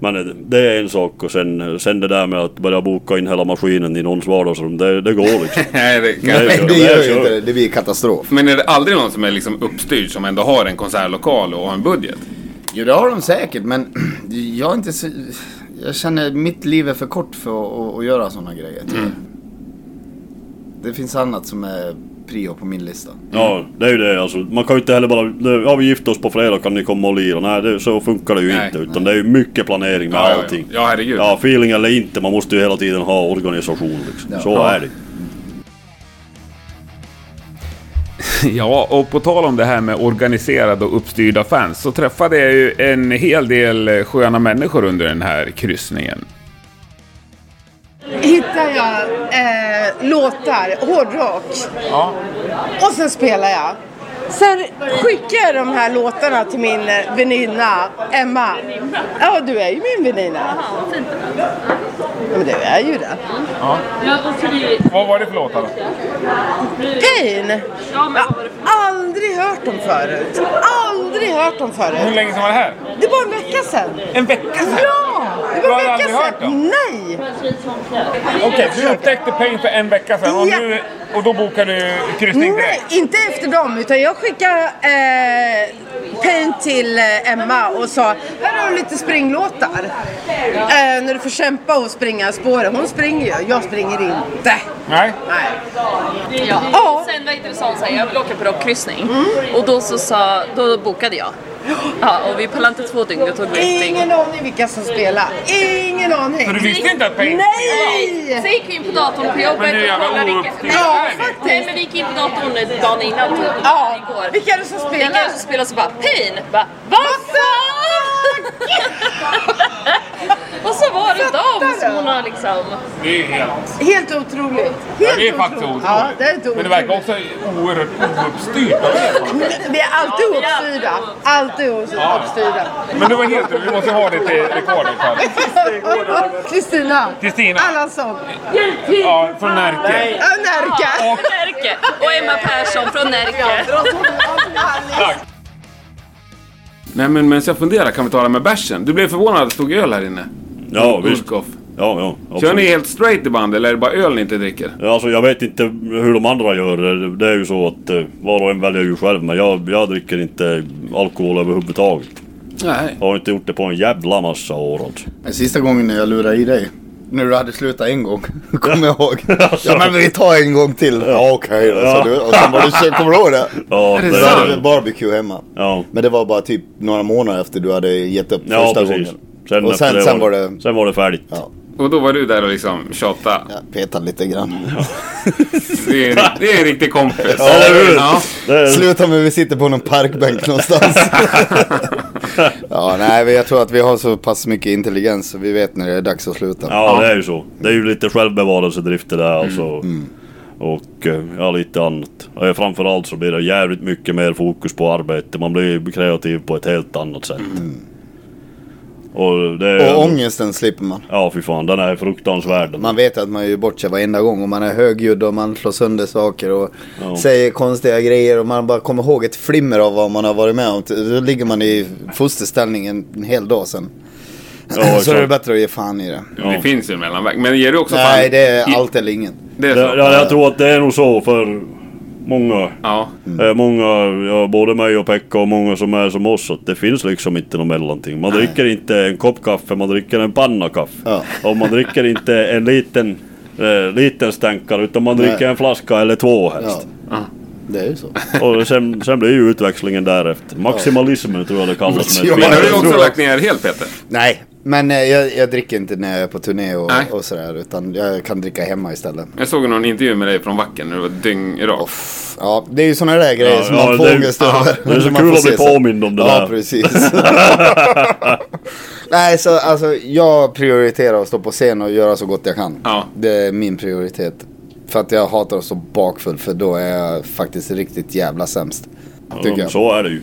Speaker 1: men det- det är en sak och sen, sen det där med att börja boka in hela maskinen i någons vardagsrum, det, det går liksom.
Speaker 4: Nej, det kan
Speaker 1: Nej.
Speaker 4: jag
Speaker 3: Nej,
Speaker 1: kör-
Speaker 3: det gör
Speaker 1: jag
Speaker 3: ju
Speaker 1: kör.
Speaker 3: inte det. Det blir katastrof.
Speaker 4: Men är det aldrig någon som är liksom uppstyrd som ändå har en konsertlokal och har en budget?
Speaker 3: Jo, det har de säkert, men jag är inte så... Jag känner mitt liv är för kort för att, att, att göra sådana grejer. tyvärr. Det finns annat som är prio på min lista.
Speaker 1: Ja, det är ju det alltså. Man kan ju inte heller bara, det- ja vi gifter oss på fredag kan ni komma och lira. Nej, det, så funkar det ju
Speaker 4: Nej,
Speaker 1: inte. Utan det är ju mycket planering med
Speaker 4: Ja, ja, ja.
Speaker 1: allting.
Speaker 4: Ja, herregud.
Speaker 1: Ja, feeling eller inte, man måste ju hela tiden ha organisation liksom.
Speaker 3: Ja.
Speaker 1: Så
Speaker 3: Ja.
Speaker 1: är det
Speaker 5: Ja, och på tal om det här med organiserade och uppstyrda fans så träffade jag ju en hel del eh, sköna människor under den här kryssningen.
Speaker 6: hittar jag eh, låtar, hårdrock. Och sen spelar jag. Sen skickar jag de här låtarna till min eh, väninna Emma. Ja, du är ju min väninna. Ja, men du är ju det.
Speaker 4: Vad var det för låtar då?
Speaker 6: Pain! Jag har aldrig hört dem förut. Aldrig hört dem förut.
Speaker 4: länge sedan var det här?
Speaker 6: Det var en vecka vecka sedan.
Speaker 5: En vecka sedan?
Speaker 6: Ja! Det
Speaker 5: Du
Speaker 6: var
Speaker 5: har
Speaker 6: en
Speaker 5: aldrig
Speaker 6: vecka
Speaker 5: hört
Speaker 6: sedan.
Speaker 5: dem?
Speaker 6: Nej!
Speaker 5: Okej, du upptäckte Pain för en vecka sedan och,
Speaker 6: Ja.
Speaker 5: nu, och då bokade du kryssning
Speaker 6: Nej,
Speaker 5: direkt?
Speaker 6: inte efter dem. Utan jag skickade eh, Paint till eh, Emma och sa här har du lite springlåtar. Eh, när du får kämpa och springa spåren. Hon springer ju, jag springer inte.
Speaker 5: Nej.
Speaker 6: Nej.
Speaker 7: Ja. Sen var intressant så här, jag vill åka på rockkryssning. Och då så sa, då bokade jag. Ja, och vi pallade inte två dygn, det tog vetting.
Speaker 6: Ingen aning vilka som spelar. Ingen aning.
Speaker 5: Så du visste inte att Pain...
Speaker 7: Så
Speaker 6: Nej!
Speaker 7: gick vi in på datorn på jobbet
Speaker 5: Men du är
Speaker 7: och
Speaker 5: jävla
Speaker 7: kollade
Speaker 5: oupptäckt.
Speaker 7: vilka...
Speaker 6: Ja,
Speaker 7: Nej
Speaker 6: faktiskt.
Speaker 7: men vi gick in på datorn dagen innan, typ,
Speaker 6: Ja,
Speaker 7: igår.
Speaker 6: vilka är det som
Speaker 7: Vilka
Speaker 6: spelar?
Speaker 7: är det som spelar så bara pain? Bara, Vad fuck? och så var det dem som hon har liksom...
Speaker 5: Det är ju helt...
Speaker 6: Helt otroligt. Helt
Speaker 5: Ja, det är faktiskt otroligt.
Speaker 6: Ja, det är
Speaker 5: Men det
Speaker 6: otroligt.
Speaker 5: verkar också oerhört ouppstyrt. av er.
Speaker 6: Vi är alltid
Speaker 7: Ja, vi är alltid
Speaker 6: uppstyrda. Alltid uppstyrda.
Speaker 5: Men det var helt Vi måste ha det till rekordet. här.
Speaker 6: Kristina.
Speaker 5: Kristina.
Speaker 6: Allansson.
Speaker 5: Ja, från Närke.
Speaker 6: Ja, Närke.
Speaker 7: Ja, från Närke. Och Emma Persson från Närke.
Speaker 4: Nej men medan jag funderar kan vi ta det med bärsen. Du blev förvånad att det stod öl här inne.
Speaker 1: Ja, visst.
Speaker 4: Ulkoff.
Speaker 1: Ja, ja. absolut.
Speaker 4: Kör ni helt straight i band eller är det bara öl ni inte dricker?
Speaker 1: Ja, Alltså jag vet inte hur de andra gör. Det- Det är ju så att eh, var och en väljer ju själv. Men jag, jag dricker inte alkohol överhuvudtaget.
Speaker 4: Nej.
Speaker 1: Jag har inte gjort det på en jävla massa år alltså.
Speaker 3: Men sista gången när jag lurade i dig. När du hade slutat en gång. Kommer jag ihåg. Ja men vi tar en gång till. Ja okej då.
Speaker 1: Ja.
Speaker 3: sa du. Och sen var du så, kommer du ihåg det?
Speaker 1: Ja,
Speaker 4: det
Speaker 1: det
Speaker 3: Då
Speaker 1: är
Speaker 3: hade vi
Speaker 1: det.
Speaker 3: barbecue hemma.
Speaker 1: Ja.
Speaker 3: Men det var bara typ några månader efter du hade gett upp
Speaker 1: Ja,
Speaker 3: första
Speaker 1: precis.
Speaker 3: gången. och sen,
Speaker 1: efter
Speaker 3: sen var det...
Speaker 1: Sen var det färdigt.
Speaker 3: Ja,
Speaker 4: Och då var du där och liksom tjatade.
Speaker 3: jag petade lite grann.
Speaker 4: Det är, en rik- det är en riktig kompis.
Speaker 1: Ja, eller hur?
Speaker 4: Ja.
Speaker 1: Det är-
Speaker 3: Sluta med att vi sitter på någon parkbänk någonstans. ja, nej, vi- jag tror att vi har så pass mycket intelligens så vi vet när det är dags att sluta.
Speaker 1: Ja, det är ju så. Det är ju lite självbevarelsedrift det där alltså.
Speaker 4: Mm.
Speaker 1: Och eh, ja, lite annat. Eh, Framförallt så blir det jävligt mycket mer fokus på arbete. Man blir kreativ på ett helt annat sätt.
Speaker 4: Mm.
Speaker 1: Och det är...
Speaker 3: Och ångesten slipper man.
Speaker 1: Ja, fy fan. Den är fruktansvärd.
Speaker 3: Man vet att man gör bort sig varenda gång och man är högljudd och man slår sönder saker och
Speaker 1: Ja.
Speaker 3: säger konstiga grejer och man bara kommer ihåg ett flimmer av vad man har varit med om. Då ligger man i fosterställning en, en hel dag sen.
Speaker 1: Ja,
Speaker 3: så är det
Speaker 1: exakt.
Speaker 3: bättre att ge fan i det.
Speaker 4: Det finns ju en mellanväg. Men ger du också
Speaker 3: Nej,
Speaker 4: fan?
Speaker 3: det är
Speaker 4: i-
Speaker 3: allt eller inget.
Speaker 4: Det
Speaker 1: Det,
Speaker 4: är så?
Speaker 1: ja, jag tror att det är nog så för många.
Speaker 4: Ja.
Speaker 3: Mm.
Speaker 1: Eh, Många, ja, både mig och Pekka och många som är som oss, att det finns liksom inte något mellanting. Man dricker inte en kopp kaffe, man dricker en panna kaffe.
Speaker 3: Ja.
Speaker 1: Och man dricker inte en liten, eh, liten stänkare, utan man dricker
Speaker 3: Nej.
Speaker 1: en flaska eller två
Speaker 3: Ja.
Speaker 1: helst.
Speaker 3: Det är ju så.
Speaker 1: Och sen, sen blir ju utväxlingen därefter. Maximalismen tror jag det kallas.
Speaker 3: Ja,
Speaker 1: Med
Speaker 4: Men
Speaker 1: ett
Speaker 4: har
Speaker 3: jag
Speaker 4: du
Speaker 1: fint ord.
Speaker 4: också
Speaker 3: tror
Speaker 4: lagt
Speaker 3: att-
Speaker 4: ner helt Peter?
Speaker 3: Nej, men eh, jag, jag dricker inte när jag är på turné och,
Speaker 4: Nej.
Speaker 3: och sådär. Utan jag kan dricka hemma istället.
Speaker 4: Jag såg någon intervju med dig från Vacken när du var dyngrak.
Speaker 3: Ja, det är ju sådana där grejer
Speaker 1: Ja,
Speaker 3: som
Speaker 1: ja,
Speaker 3: man får
Speaker 1: det är-
Speaker 3: ångest
Speaker 1: ja,
Speaker 3: över.
Speaker 1: det är så
Speaker 3: Man
Speaker 1: kul
Speaker 3: får
Speaker 1: att bli
Speaker 3: se sig.
Speaker 1: påmind om det
Speaker 3: Ja,
Speaker 1: där.
Speaker 3: precis. Nej, så alltså jag prioriterar att stå på scen och göra så gott jag kan.
Speaker 4: Ja.
Speaker 3: Det är min prioritet. För att jag hatar att stå bakfull för då är jag faktiskt riktigt jävla sämst. Tycker jag.
Speaker 1: Så är det ju.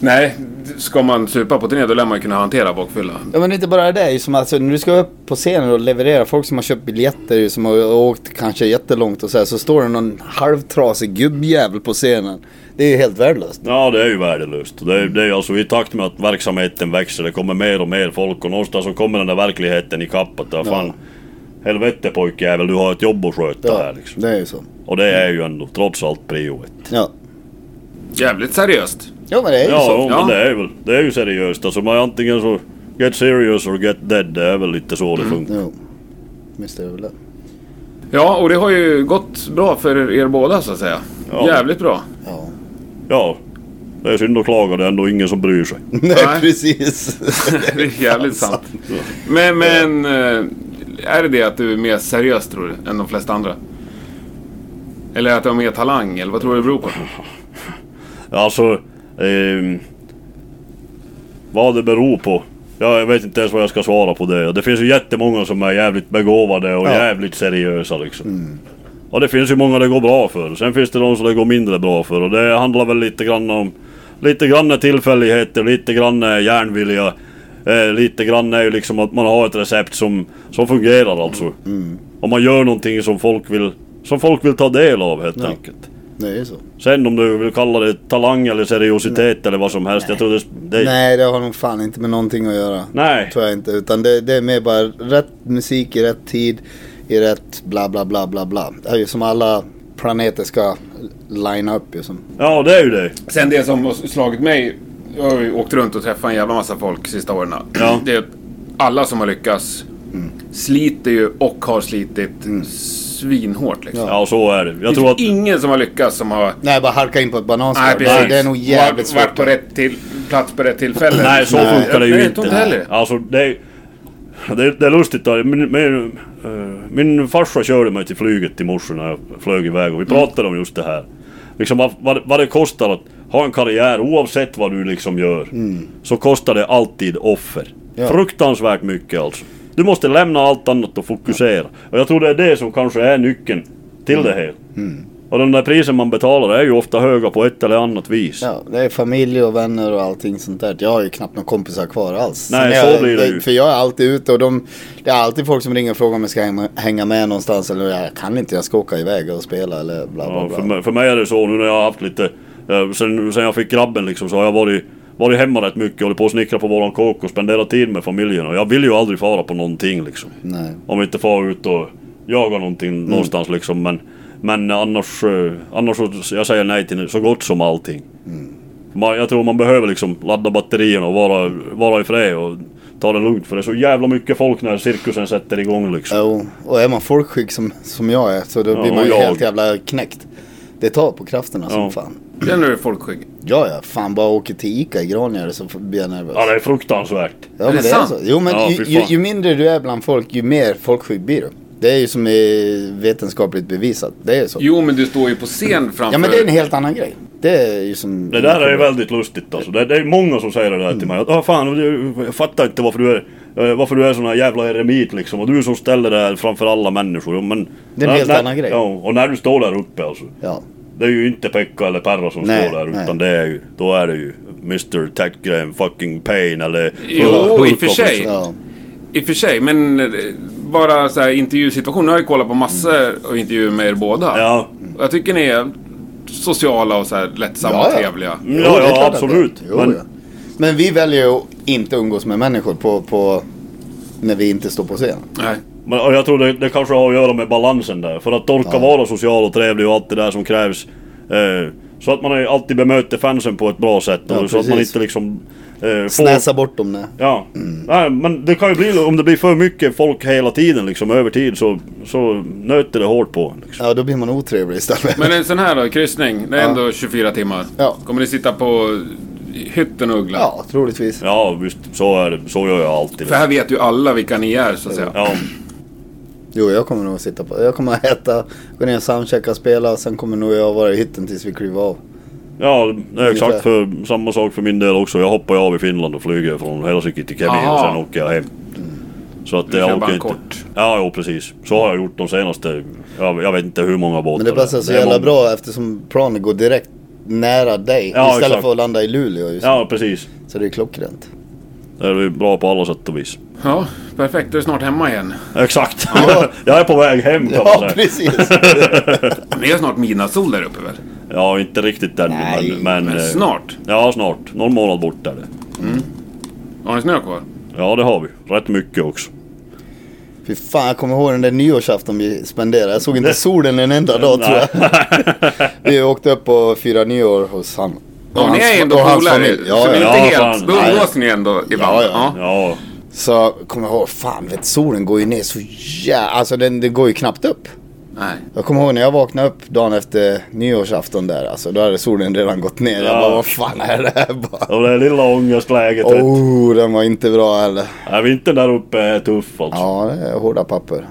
Speaker 4: Nej, ska man supa på turné då lär man ju kunna hantera bakfylla.
Speaker 3: Ja men inte bara det, det är ju som alltså, när du ska upp på scenen och leverera folk som har köpt biljetter ju, som har åkt kanske jättelångt och så här, så står det någon halvtrasig gubbjävel på scenen. Det är ju helt värdelöst.
Speaker 1: Ja, det är ju värdelöst. Det är, det är alltså i takt med att verksamheten växer, det kommer mer och mer folk och någonstans så kommer den där verkligheten ikapp att ja. fan Helvete pojkjävel, du har ett jobb att sköta här liksom.
Speaker 3: det är ju så.
Speaker 1: Och det är ju ändå trots allt prio ett.
Speaker 3: Ja.
Speaker 4: Jävligt seriöst.
Speaker 3: Ja men det är ju
Speaker 1: Ja,
Speaker 3: så.
Speaker 1: jo, men
Speaker 4: Ja.
Speaker 1: det är, väl, det är ju seriöst. Alltså man är antingen så get serious or get dead. Det är väl lite så det funkar.
Speaker 3: Jo. Visst är det väl det.
Speaker 4: Ja, och det har ju gått bra för er båda så att säga.
Speaker 1: Ja.
Speaker 4: Jävligt bra.
Speaker 3: Ja.
Speaker 1: Ja, det är synd att klaga. Det är ändå ingen som bryr sig.
Speaker 3: Nej
Speaker 4: Nej.
Speaker 3: precis.
Speaker 4: Det är jävligt sant. Men, men... eh, Är det det att du är mer seriös tror du, än de flesta andra? Eller att du har mer talang, eller vad tror du det beror på?
Speaker 1: Alltså... ehm, vad det beror på. Ja, jag vet inte ens vad jag ska svara på det. Det finns ju jättemånga som är jävligt begåvade och
Speaker 3: Ja.
Speaker 1: jävligt seriösa liksom. Och det finns ju många det går bra för. Sen finns det de som det går mindre bra för. Och det handlar väl lite grann om... Lite grann är tillfälligheter, lite grann är järnvilja. Eh, lite grann är ju liksom att man har ett recept som, som fungerar alltså. Om man gör någonting som folk vill, som folk vill ta del av helt enkelt.
Speaker 3: Det är ju så.
Speaker 1: Sen om du vill kalla det talang eller seriositet eller vad som helst. Jag tror det... det
Speaker 3: Nej, det har nog fan inte med någonting att göra.
Speaker 1: Nej.
Speaker 3: Tror jag inte. Utan det, det är mer bara rätt musik i rätt tid. I rätt bla bla bla bla bla. Det är ju som alla planeter ska line upp ju som.
Speaker 1: Ja, det är ju det.
Speaker 4: Sen det som har slagit mig. Jag har ju åkt runt och träffat en jävla massa folk sista åren.
Speaker 1: Ja.
Speaker 4: Det är att alla som har lyckats sliter ju och har slitit
Speaker 3: Mm.
Speaker 4: svinhårt liksom.
Speaker 1: Ja, så är det. Jag tror
Speaker 4: Det finns
Speaker 1: att...
Speaker 4: ingen som har lyckats som har...
Speaker 3: Nej, bara halka in på ett bananskal.
Speaker 4: Nej,
Speaker 3: Det,
Speaker 4: precis.
Speaker 3: det är nog jävligt
Speaker 4: Var- Varit
Speaker 3: svårt.
Speaker 4: på rätt till, plats på rätt tillfälle.
Speaker 1: Nej, så
Speaker 3: Nej.
Speaker 1: funkar det
Speaker 4: Nej,
Speaker 1: ju
Speaker 4: jag tror
Speaker 1: inte.
Speaker 4: inte heller.
Speaker 1: Alltså, det, är- det, är- det är lustigt. då. Min, min, eh, min farsa körde mig till flyget i morse när jag flög iväg och
Speaker 4: Mm.
Speaker 1: vi pratade om just det här. Liksom vad, vad, vad det kostar att ha en karriär oavsett vad du liksom gör. Så kostar det alltid offer.
Speaker 3: Mm. Ja.
Speaker 1: Fruktansvärt mycket alltså. Du måste lämna allt annat och fokusera. Och jag tror det är det som kanske är nyckeln till
Speaker 3: Mm.
Speaker 1: det här. Och de där priser man betalar är ju ofta höga på ett eller annat vis.
Speaker 3: Ja, det är familj och vänner och allting sånt där. Jag har ju knappt några kompisar kvar alls.
Speaker 1: Nej,
Speaker 3: Sen jag,
Speaker 1: så blir det ju.
Speaker 3: För jag är alltid ute och de, det är alltid folk som ringer och frågar om jag ska hänga- hänga med någonstans. Eller jag kan inte, jag ska åka iväg och spela eller bla bla
Speaker 1: Ja,
Speaker 3: bla.
Speaker 1: för, mig, för mig är det så nu när jag har haft lite... Eh, sen, sen jag fick grabben liksom så har jag varit, varit hemma rätt mycket, hållit på och snickrat på våran kåk och spenderat tid med familjen. Och jag vill ju aldrig fara på någonting liksom.
Speaker 3: Nej.
Speaker 1: Om vi inte far ut och jagar någonting någonstans liksom. Men, men annars, eh, annars så, jag säger nej till så gott som allting. Man, jag tror man behöver liksom ladda batterierna och vara, vara i fred och ta det lugnt. För det är så jävla mycket folk när cirkusen sätter igång liksom.
Speaker 3: Jo, och är man folkskygg som, som jag är så då blir
Speaker 1: och
Speaker 3: man ju
Speaker 1: jag.
Speaker 3: helt jävla knäckt. Det tar på krafterna
Speaker 1: Ja.
Speaker 3: som fan.
Speaker 4: Känner du dig folkskygg?
Speaker 3: Ja, ja, fan bara åker till Ica i Granjäre så blir jag nervös.
Speaker 1: Ja det är fruktansvärt.
Speaker 3: Ja, men
Speaker 4: det
Speaker 3: det är
Speaker 4: sant?
Speaker 3: så. Jo, men
Speaker 1: Ja,
Speaker 3: ju,
Speaker 1: fy
Speaker 3: ju,
Speaker 1: fan.
Speaker 3: ju mindre du är bland folk, ju mer folkskygg blir du. Det är ju som är vetenskapligt bevisat. Det är så.
Speaker 4: Jo, men du står ju på scen framför...
Speaker 3: Mm. Ja, men det är en helt annan grej. Det är ju som...
Speaker 1: Det där är ju väldigt lustigt alltså. Det, det är många som säger det där till mig.
Speaker 3: Mm.
Speaker 1: Att, ah, fan, du- jag fattar inte varför du är, eh, varför du är sån här jävla eremit liksom. Och du som ställer det här framför alla människor. Men,
Speaker 3: Det är en
Speaker 1: när,
Speaker 3: helt
Speaker 1: när,
Speaker 3: annan grej.
Speaker 1: Ja, och när du står där uppe alltså.
Speaker 3: Ja.
Speaker 1: Det är ju inte Pekka eller Perra som
Speaker 3: Nej,
Speaker 1: står där
Speaker 3: nej.
Speaker 1: utan det är ju, då är det ju Mr Tackgren fucking Pain eller...
Speaker 4: Jo, i och för
Speaker 1: Hulk-
Speaker 4: sig.
Speaker 3: ja.
Speaker 4: I och för sig, men eh, bara så här intervjusituationer. Jag har ju kollat på massor av intervjuer med er båda.
Speaker 1: Ja,
Speaker 4: Och Jag tycker ni är sociala och så här lättsamma
Speaker 3: Ja,
Speaker 4: och
Speaker 3: ja. Mm.
Speaker 4: trevliga.
Speaker 1: ja,
Speaker 3: Jo, det
Speaker 1: ja
Speaker 3: är klart att det-
Speaker 1: absolut.
Speaker 3: Jo,
Speaker 1: men,
Speaker 3: ja. Men vi väljer ju att inte umgås med människor på, på när vi inte står på scen.
Speaker 4: Nej.
Speaker 1: Men och jag tror det, det kanske har att göra med balansen där. För att orka vara social och trevlig och allt det där som krävs. Eh, så att man är- alltid bemöter fansen på ett bra sätt.
Speaker 3: Ja,
Speaker 1: och så att man
Speaker 3: precis.
Speaker 1: inte liksom... Eh, får,
Speaker 3: Snäsa Mm. bort dem. Nej.
Speaker 1: ja. Nej, men det kan ju bli om det blir för mycket folk hela tiden liksom över tid så, så nöter det hårt på en, liksom.
Speaker 3: Ja, då blir man otrevlig istället.
Speaker 4: Men en sån här då, kryssning. Det är ändå 24 timmar.
Speaker 3: Ja.
Speaker 4: Kommer ni sitta på hytten och uggla?
Speaker 3: Ja, troligtvis.
Speaker 1: Ja visst, så är det. Så gör jag alltid.
Speaker 4: För här vet ju alla vilka ni är så att säga.
Speaker 1: Ja,
Speaker 3: Jo, jag kommer nog att sitta på. Jag kommer att äta, gå ner och soundchecka, spela. Sen kommer nog jag vara i hytten tills vi kliver av.
Speaker 1: ja det är exakt för, samma sak för min del också. Jag hoppar ju av i Finland och flyger från Helsinki till Kemi och
Speaker 4: Aha.
Speaker 1: sen åker jag hem. Så att
Speaker 4: Du
Speaker 1: jag
Speaker 4: kör bara
Speaker 1: åker
Speaker 4: en
Speaker 1: inte...
Speaker 4: kort.
Speaker 1: Ja, jo, precis. Så har jag gjort de senaste, jag, jag vet inte hur många båtar
Speaker 3: Men det passar så
Speaker 1: är
Speaker 3: jävla
Speaker 1: många.
Speaker 3: bra eftersom planet går direkt nära dig.
Speaker 1: Ja,
Speaker 3: istället
Speaker 1: exakt.
Speaker 3: för att landa i Luleå. Just.
Speaker 1: Ja, precis.
Speaker 3: Så det är klockrent.
Speaker 1: Det är ju bra på alla sätt och vis.
Speaker 4: Ja, perfekt. Då är du snart hemma igen.
Speaker 1: Exakt! jag är på väg hem kan man
Speaker 3: Ja,
Speaker 1: säga.
Speaker 3: precis.
Speaker 4: Det är snart midnattssol där uppe väl?
Speaker 1: Ja, inte riktigt än
Speaker 3: Nej,
Speaker 1: men... men,
Speaker 4: Men
Speaker 1: eh,
Speaker 4: snart.
Speaker 1: Ja, snart. Någon månad bort är det.
Speaker 4: Har ni snö kvar?
Speaker 1: Ja, det har vi. Rätt mycket också.
Speaker 3: Fy fan, jag kommer ihåg den där nyårsafton vi spenderade. Jag såg inte solen en enda dag tror jag. Vi åkte upp och firade nyår hos han. och
Speaker 4: Ja, ni
Speaker 3: hans-
Speaker 4: är ändå
Speaker 3: och hans
Speaker 4: polare.
Speaker 3: familj.
Speaker 4: så
Speaker 3: Ja,
Speaker 4: ni är
Speaker 3: ja.
Speaker 1: ja.
Speaker 4: inte
Speaker 1: Ja,
Speaker 4: helt...
Speaker 1: fan.
Speaker 4: Då
Speaker 1: Nej.
Speaker 4: umgås ni ändå ibland.
Speaker 3: Ja, ja.
Speaker 1: Ja,
Speaker 3: Så kommer jag ihåg, fan vet solen går ju ner så jävla... Alltså den, den går ju knappt upp.
Speaker 4: Nej.
Speaker 3: Jag kommer ihåg när jag vaknade upp dagen efter nyårsafton där. Alltså då hade solen redan gått ner. Jag
Speaker 1: Ja.
Speaker 3: bara, vad fan är det här? Bara,
Speaker 1: och det är lilla ångestläget. vet du.
Speaker 3: Oh, den var inte bra heller.
Speaker 1: Är vi inte där uppe är tuff alltså. Ja,
Speaker 3: Ja, det är hårda papper.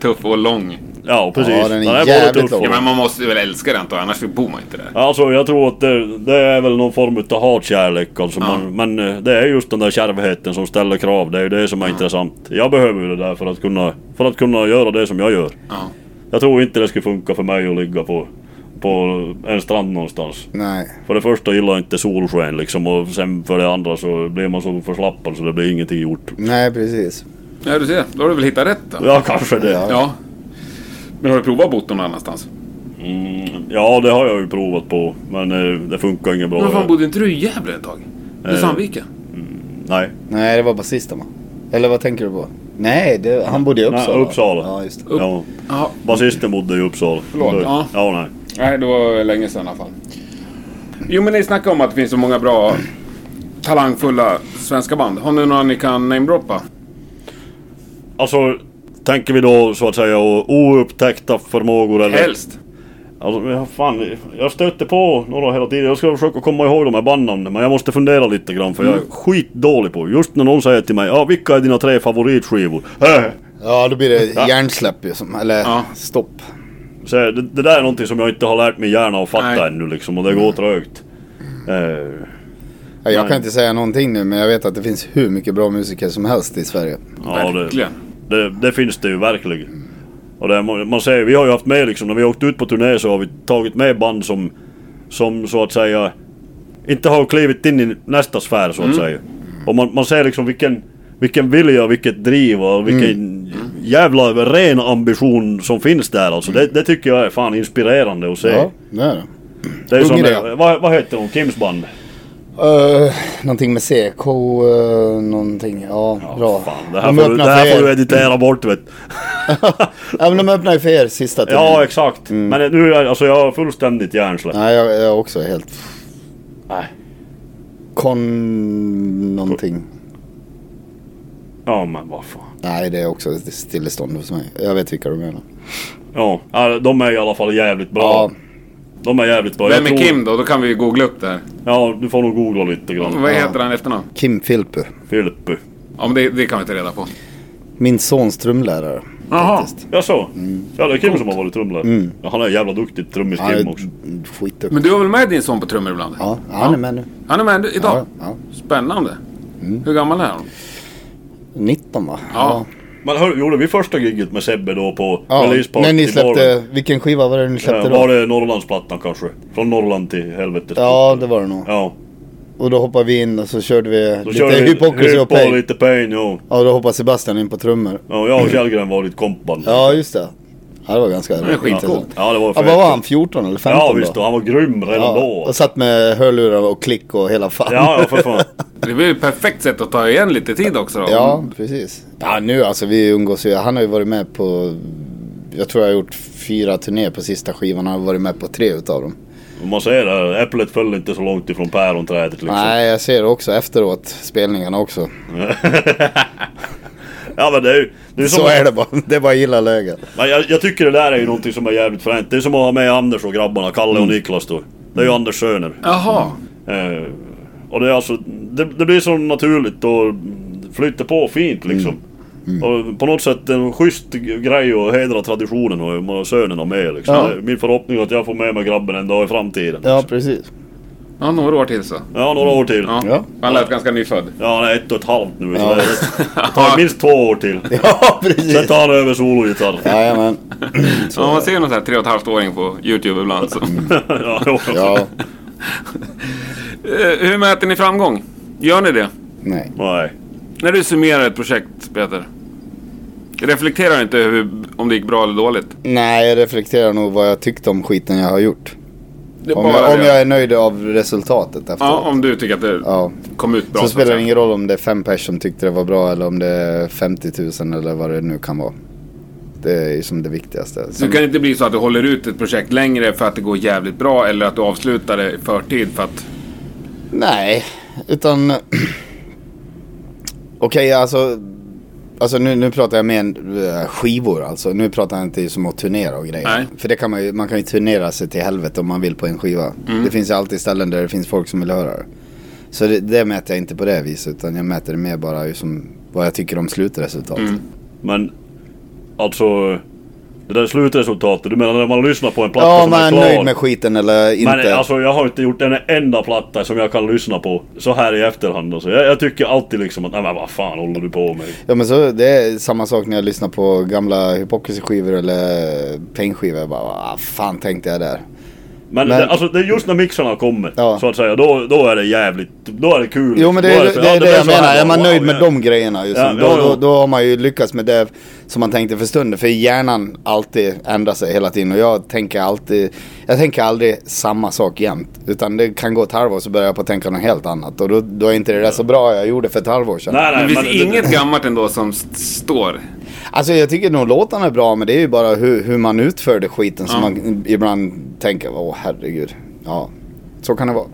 Speaker 4: Tuff och lång.
Speaker 1: precis.
Speaker 3: Ja, den är
Speaker 1: både
Speaker 3: jävligt
Speaker 1: tuff och-
Speaker 3: lång.
Speaker 4: Ja, men man måste väl älska det antar jag, annars bor man inte där.
Speaker 1: Alltså jag tror att det, det är väl någon form av hatkärlek alltså, man, men eh, det är just den där kärvheten som ställer krav, det är ju det som är intressant. Jag behöver ju det där för att, kunna, för att kunna göra det som jag gör.
Speaker 4: Ja.
Speaker 1: Jag tror inte det skulle funka för mig att ligga på, på en strand någonstans.
Speaker 3: Nej.
Speaker 1: För det första gillar jag inte solsken liksom och sen för det andra så blir man så förslappad så det blir ingenting gjort.
Speaker 3: Nej, precis.
Speaker 4: Ja, du ser. Då har du väl hittat rätt då.
Speaker 1: Ja kanske det.
Speaker 3: Ja.
Speaker 4: Ja. Men har du provat att bo någon annanstans?
Speaker 1: Mm, ja, det har jag ju provat på, men eh, det funkar inget bra.
Speaker 4: Men fan bodde inte du i Gävle ett tag? I
Speaker 1: Eh.
Speaker 4: Sandviken?
Speaker 1: Nej.
Speaker 3: Nej, det var basisten va? Eller vad tänker du på? Nej, det, han bodde i
Speaker 1: Nej,
Speaker 3: Uppsala.
Speaker 1: Uppsala.
Speaker 3: Ja, just det.
Speaker 1: Ja.
Speaker 4: Ja.
Speaker 1: Basisten bodde i Uppsala.
Speaker 4: Förlåt,
Speaker 1: Då-
Speaker 4: ja.
Speaker 1: ja, nej.
Speaker 4: Nej, det var länge sedan i alla fall. Jo, men ni snackar om att det finns så många bra talangfulla svenska band. Har ni några ni kan namedroppa?
Speaker 1: Alltså, tänker vi då så att säga oupptäckta förmågor eller?
Speaker 4: Helst.
Speaker 1: Alltså, men fan, jag stöter på några hela tiden. Jag ska försöka komma ihåg de här bandnamnen, men jag måste fundera lite grann för
Speaker 4: Mm.
Speaker 1: jag är skitdålig på. Just när någon säger till mig, ja vilka är dina tre favoritskivor? Äh,
Speaker 3: Ja, då blir det hjärnsläpp ju. Som, eller
Speaker 4: Ja.
Speaker 3: stopp.
Speaker 1: Så det, det där är någonting som jag inte har lärt min hjärna att fatta
Speaker 4: Nej.
Speaker 1: ännu liksom och det går trögt. Eh,
Speaker 3: Ja, jag
Speaker 1: Nej.
Speaker 3: kan inte säga någonting nu, men jag vet att det finns hur mycket bra musiker som helst i Sverige.
Speaker 1: ja, det,
Speaker 4: Verkligen.
Speaker 1: det, det finns det ju verkligen. Och det, man man ser, vi har ju haft med liksom, när vi åkt ut på turné så har vi tagit med band som, som så att säga inte har klivit in i nästa sfär så att säga. Och man, man ser liksom vilken, vilken vilja, vilket driv och vilken jävla ren ambition som finns där alltså. Det, det tycker jag är fan inspirerande att se.
Speaker 3: Ja, det är det.
Speaker 1: Det är ju som, eh,
Speaker 3: Ungern, ja.
Speaker 1: vad, vad heter hon, Kims band?
Speaker 3: Uh, någonting med CK, uh, någonting. Ja, bra.
Speaker 1: Fan, det här,
Speaker 3: de
Speaker 1: får du, det
Speaker 3: öppnar
Speaker 1: här får
Speaker 3: för
Speaker 1: du
Speaker 3: er.
Speaker 1: editera bort vet du.
Speaker 3: Ja, men de öppnar ju för er sista tiden.
Speaker 1: Ja exakt.
Speaker 3: Mm.
Speaker 1: Men nu är jag, alltså jag har fullständigt hjärnsläpp.
Speaker 3: Nej, jag, jag är också helt... Kon... någonting.
Speaker 1: Ja men vad fan.
Speaker 3: Nej, det är också ett stillestånd hos mig. Jag vet vilka du menar.
Speaker 1: Ja, ja, de är i alla fall jävligt bra.
Speaker 3: Ja.
Speaker 1: De är jävligt bra.
Speaker 4: Vem
Speaker 1: Jag
Speaker 4: är
Speaker 1: tror-
Speaker 4: Kim då? Då kan vi ju googla upp det här.
Speaker 1: Ja, du får nog googla lite grann.
Speaker 4: Vad heter han i efternamn?
Speaker 3: Kim Philpy.
Speaker 1: Filippu.
Speaker 4: Ja, men det, det kan vi inte reda på.
Speaker 3: Min sons trumlärare.
Speaker 4: Jaha.
Speaker 1: Ja så.
Speaker 3: Mm.
Speaker 1: Ja det är Kim som har varit trumlare. Ja, han är jävla duktig trummis
Speaker 3: Han
Speaker 1: Kim
Speaker 3: är
Speaker 1: också.
Speaker 3: skitduktig.
Speaker 4: Men du har väl med din son på trummor ibland?
Speaker 3: Ja, han är med nu.
Speaker 4: Han är med
Speaker 3: Ja,
Speaker 4: idag?
Speaker 3: ja. Mm.
Speaker 4: Spännande. Hur gammal är han?
Speaker 3: 19 va?
Speaker 4: Ja.
Speaker 1: Men hör, gjorde vi första gigget med Sebbe då på
Speaker 3: Ja,
Speaker 1: Release Park
Speaker 3: när ni
Speaker 1: i
Speaker 3: släppte,
Speaker 1: Norrland?
Speaker 3: vilken skiva var det ni
Speaker 1: Ja,
Speaker 3: släppte då?
Speaker 1: var det Norrlandsplattan kanske? Från Norrland till helvetet.
Speaker 3: Ja, det var det nog.
Speaker 1: Ja.
Speaker 3: Och då hoppade vi in och så körde vi
Speaker 1: Då
Speaker 3: lite
Speaker 1: körde vi
Speaker 3: Hypocrisy och
Speaker 1: Hypo,
Speaker 3: Pain.
Speaker 1: lite Pain, ja.
Speaker 3: Ja, då hoppade Sebastian in på trummor.
Speaker 1: Ja, jag och Källgren var ditt kompband.
Speaker 3: Ja, just det. Ja, det var ganska
Speaker 4: är skitcoolt.
Speaker 3: intressant.
Speaker 1: Ja, det var
Speaker 3: ja,
Speaker 1: fett.
Speaker 3: vad var han? 14 eller 15
Speaker 1: Ja, visst då.
Speaker 3: då?
Speaker 1: Han var grym redan
Speaker 3: Ja,
Speaker 1: då.
Speaker 3: och satt med hörlurar och klick och hela fan.
Speaker 1: Ja, ja, för fan.
Speaker 4: Det blir ju ett perfekt sätt att ta igen lite tid också då.
Speaker 3: Ja, precis. Ja, nu alltså vi umgås ju. Han har ju varit med på... Jag tror jag har gjort fyra turnéer på sista skivan. Han har varit med på tre utav dem.
Speaker 1: Om man säger det, här, äpplet föll inte så långt ifrån päronträdet liksom.
Speaker 3: Nej, jag ser det också efteråt. Spelningarna också.
Speaker 1: Ja men det är ju... Det är ju som
Speaker 3: Så är det bara. Det är bara att gilla läget.
Speaker 1: Men jag, jag tycker det där är ju någonting som är jävligt fränt. Det är som att ha med Anders och grabbarna, Kalle
Speaker 3: Mm.
Speaker 1: och Niklas då. Det är ju Anders söner.
Speaker 4: Jaha.
Speaker 1: Eh, och det är alltså, det, det blir så naturligt och flyter på fint liksom.
Speaker 3: Mm.
Speaker 1: Och på något sätt en schysst grej att hedra traditionen och man har sönerna med liksom.
Speaker 3: Ja.
Speaker 1: Det är Min förhoppning är att jag får med mig grabben en dag i framtiden.
Speaker 3: Ja, precis.
Speaker 4: Ja, några år till så.
Speaker 1: Ja, några år till.
Speaker 4: Ja.
Speaker 1: Ja,
Speaker 3: Ja.
Speaker 4: Han lät ganska nyfödd.
Speaker 1: han är ett och ett halvt nu. Så det, det tar minst två år till.
Speaker 3: Ja,
Speaker 1: Sen
Speaker 3: precis.
Speaker 1: tar han över sologitarr.
Speaker 3: Jajamän.
Speaker 4: Ja, man ser någon sån här tre och ett halvt åring på YouTube ibland. Så.
Speaker 3: Mm.
Speaker 1: ja, jo.
Speaker 3: Ja.
Speaker 4: Eh, Hur mäter ni framgång? Gör ni det?
Speaker 3: Nej.
Speaker 1: Nej.
Speaker 4: När du summerar ett projekt, Peter. Reflekterar du inte hur, om det gick bra eller dåligt?
Speaker 3: Nej, jag reflekterar nog vad jag tyckte om skiten jag har gjort.
Speaker 4: Det är
Speaker 3: Om
Speaker 4: bara
Speaker 3: jag, om
Speaker 4: det.
Speaker 3: jag är nöjd av resultatet efteråt.
Speaker 4: Ja, om du tycker att det
Speaker 3: Ja.
Speaker 4: kom ut bra.
Speaker 3: så spelar det
Speaker 4: att
Speaker 3: ingen roll om det är fem personer som tyckte det var bra eller om det är 50 000 eller vad det nu kan vara. Det är ju som det viktigaste.
Speaker 4: säga.
Speaker 3: Sen,
Speaker 4: Det kan inte bli så att du håller ut ett projekt längre för att det går jävligt bra eller att du avslutar det i förtid för att...
Speaker 3: Nej, utan... Okej, alltså... Alltså nu, nu pratar jag mer eh, skivor alltså. Nu pratar jag inte som att turnera och grejer.
Speaker 4: Nej.
Speaker 3: För det kan man ju, man kan ju turnera sig till helvete om man vill på en skiva.
Speaker 4: Mm.
Speaker 3: Det finns ju alltid ställen där det finns folk som vill höra det. Så det, det mäter jag inte på det viset utan jag mäter det mer bara ju som vad jag tycker om slutresultatet.
Speaker 4: Mm.
Speaker 1: Men alltså det där slutresultatet, du menar när man lyssnar på en platta
Speaker 3: Ja,
Speaker 1: som
Speaker 3: man
Speaker 1: är
Speaker 3: är
Speaker 1: klar?
Speaker 3: nöjd med skiten eller inte.
Speaker 1: men alltså jag har inte gjort en enda platta som jag kan lyssna på så här i efterhand. Alltså. Jag, jag tycker alltid liksom att nej men vad fan håller du på med?
Speaker 3: Ja men så det är samma sak när jag lyssnar på gamla Hypocrisy-skivor eller Pain-skivor. Jag Bara, vad fan tänkte jag där?
Speaker 1: Men,
Speaker 3: Men-
Speaker 1: Det, alltså, det är just när mixarna kommer,
Speaker 3: Ja.
Speaker 1: så att säga, då, då är det jävligt, då är det kul. liksom.
Speaker 3: Jo men det
Speaker 1: Då
Speaker 3: är
Speaker 1: så-
Speaker 3: det,
Speaker 1: ja,
Speaker 3: är det
Speaker 1: blir
Speaker 3: jag
Speaker 1: så här
Speaker 3: menar,
Speaker 1: bara,
Speaker 3: är man
Speaker 1: wow,
Speaker 3: nöjd med
Speaker 1: ja.
Speaker 3: de grejerna just
Speaker 1: Ja,
Speaker 3: nu,
Speaker 1: ja,
Speaker 3: då,
Speaker 1: ja.
Speaker 3: då, då har man ju lyckats med det som man tänkte för stunden. För hjärnan alltid ändrar sig hela tiden och jag tänker alltid, jag tänker aldrig samma sak jämt. Utan det kan gå ett halvår så börjar jag på att tänka något helt annat och då, då är inte det där så bra jag gjorde för ett halvår sedan.
Speaker 1: Nej, nej,
Speaker 4: Det
Speaker 1: men
Speaker 4: finns inget gammalt ändå som st- står.
Speaker 3: Alltså jag tycker nog låtarna är bra men det är ju bara hur, hur man utförde skiten som man ibland tänker, åh herregud. Ja, så kan det vara.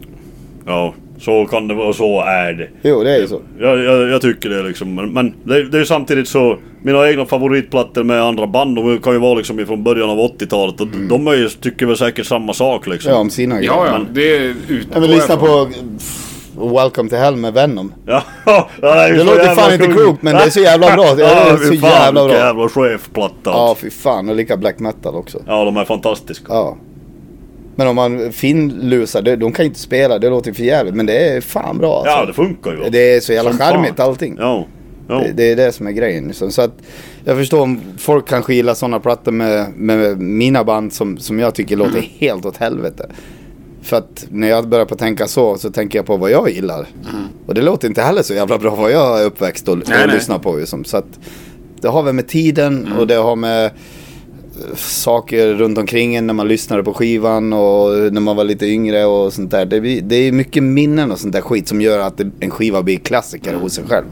Speaker 1: Ja, så kan det vara och så är det.
Speaker 3: Jo det är ju så.
Speaker 1: Jag, jag, jag tycker det liksom, men, men det, det är ju samtidigt så Mina egna favoritplattor med andra band, de kan ju vara liksom ifrån början av 80-talet och
Speaker 3: Mm.
Speaker 1: de är ju, tycker väl säkert samma sak liksom
Speaker 3: Ja, om sina grejer.
Speaker 4: Ja, ja. Det är
Speaker 3: Jag
Speaker 4: utgår
Speaker 3: vill lyssna
Speaker 4: jag på.
Speaker 3: på pff, Welcome to Hell med Venom.
Speaker 1: Ja, ja, det är ju
Speaker 3: Det
Speaker 1: så
Speaker 3: låter
Speaker 1: jävla
Speaker 3: fan inte
Speaker 1: kung.
Speaker 3: klokt, men det är så jävla bra. Det är
Speaker 1: Ja,
Speaker 3: så
Speaker 1: fy fan,
Speaker 3: jävla
Speaker 1: vilken
Speaker 3: bra.
Speaker 1: jävla chefplatta.
Speaker 3: Ja, fy fan. Och lika black metal också.
Speaker 1: Ja, de är fantastiska.
Speaker 3: Ja. Men om man finlusar, det- de kan inte spela. Det låter för jävligt. Men det är fan bra
Speaker 1: Ja, det
Speaker 3: alltså.
Speaker 1: funkar ju.
Speaker 3: Det är så jävla
Speaker 1: Som
Speaker 3: charmigt
Speaker 1: fan.
Speaker 3: allting.
Speaker 1: Ja, ja.
Speaker 4: Oh.
Speaker 3: Det, det är det som är grejen. liksom. Så att jag förstår om folk kanske gillar sådana plattor med, med mina band som, som jag tycker låter
Speaker 4: Mm.
Speaker 3: helt åt helvete. För att när jag börjar på att tänka så, så tänker jag på vad jag gillar. Och det låter inte heller så jävla bra vad jag är uppväxt och, och
Speaker 4: Mm. Nej, Mm. nej.
Speaker 3: lyssnar på. Liksom. Så att det har väl med tiden och det har med eh, saker runt omkring en när man lyssnade på skivan och när man var lite yngre och sånt där. Det, blir- det är mycket minnen och sånt där skit som gör att det- en skiva blir klassiker hos en själv.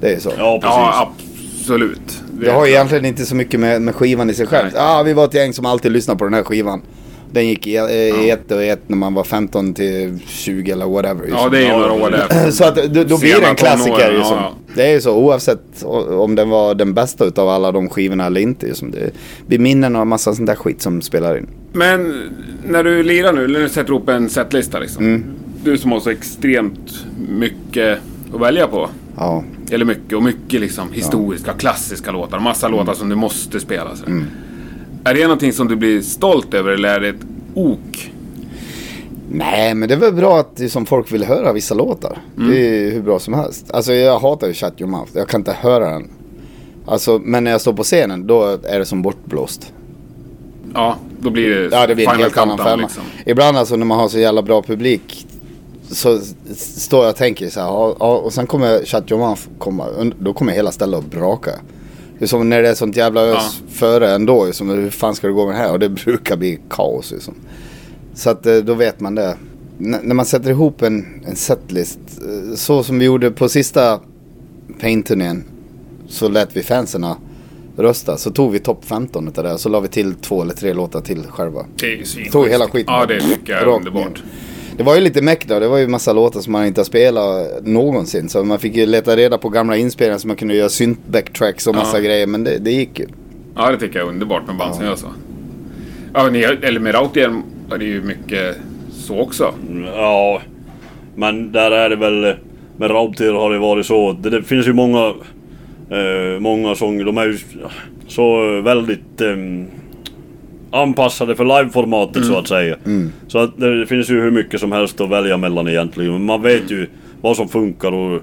Speaker 3: Det är ju så.
Speaker 1: Ja, precis.
Speaker 4: Mm. Ja, absolut. Det
Speaker 3: Det
Speaker 4: är
Speaker 3: har
Speaker 4: klart.
Speaker 3: egentligen inte så mycket med, med skivan i sig själv.
Speaker 4: Nej.
Speaker 3: Ja, ah, vi var ett gäng som alltid lyssnade på den här skivan. Den gick i, eh, i ett och ett när man var 15 till 20 eller whatever.
Speaker 4: Ja,
Speaker 3: liksom.
Speaker 4: det är
Speaker 1: Ja,
Speaker 4: ju några år där.
Speaker 3: Så att då, då blir det en
Speaker 4: Sena
Speaker 3: klassiker.
Speaker 4: tonåren,
Speaker 3: Liksom.
Speaker 4: ja,
Speaker 3: Det är ju så oavsett o- om den var den bästa utav alla de skivorna eller inte. Liksom. Det blir minnen och en massa sånt där skit som spelar in.
Speaker 4: Men när du lirar nu, eller när du sätter ihop en setlista liksom.
Speaker 3: Mm.
Speaker 4: Du som har så extremt mycket att välja på.
Speaker 3: Ja,
Speaker 4: Eller mycket och mycket liksom historiska, klassiska låtar. Massa
Speaker 3: Mm.
Speaker 4: låtar som du måste spela. Så. Är det någonting som du blir stolt över eller är det ett ok?
Speaker 3: Nej, men det är väl bra att det är som folk vill höra vissa låtar.
Speaker 4: Mm.
Speaker 3: Det är ju hur bra som helst. Alltså jag hatar ju Shut Your Mouth. Jag kan inte höra den. Alltså, men när jag står på scenen då är det som bortblåst.
Speaker 4: Ja, då blir det
Speaker 3: Ja, det blir en
Speaker 4: Final
Speaker 3: helt annan
Speaker 4: Countdown, liksom.
Speaker 3: femma. Ibland alltså när man har så jävla bra publik så s- står jag och tänker så här. Ja, ja, och sen kommer Shut Your Mouth komma. und- Då kommer hela stället att braka. Det är som när det är sånt jävla ös före ändå. Liksom, hur fan ska det gå med det här? Och det brukar bli kaos liksom. Så att eh, då vet man det. N- när man sätter ihop en, en setlist. eh, Så som vi gjorde på sista Paint-turnén. Så lät vi fanserna rösta. Så tog vi topp 15 utav det. Så la vi till två eller tre låtar till själva.
Speaker 4: Det är ju svinschysst.
Speaker 3: Tog hela skiten.
Speaker 4: Ja, det tycker jag är
Speaker 3: Rakt
Speaker 4: underbart.
Speaker 3: ner. Det var ju lite meck då. Det var ju massa låtar som man inte har spelat någonsin. Så man fick ju leta reda på gamla inspelningar så man kunde göra synt-backtracks och massa grejer. Men det, det gick ju.
Speaker 4: Ja, det tycker jag är underbart med band som gör så. Ja, ni, eller med Rautier är det ju mycket så också.
Speaker 1: Mm. Ja, men där är det väl... Med Raubtier har det varit så. Det, det finns ju många... Eh, många sånger, de är ju så väldigt... ehm, anpassade för liveformatet så att säga. Så att det, det finns ju hur mycket som helst att välja mellan egentligen. Men man vet ju vad som funkar och...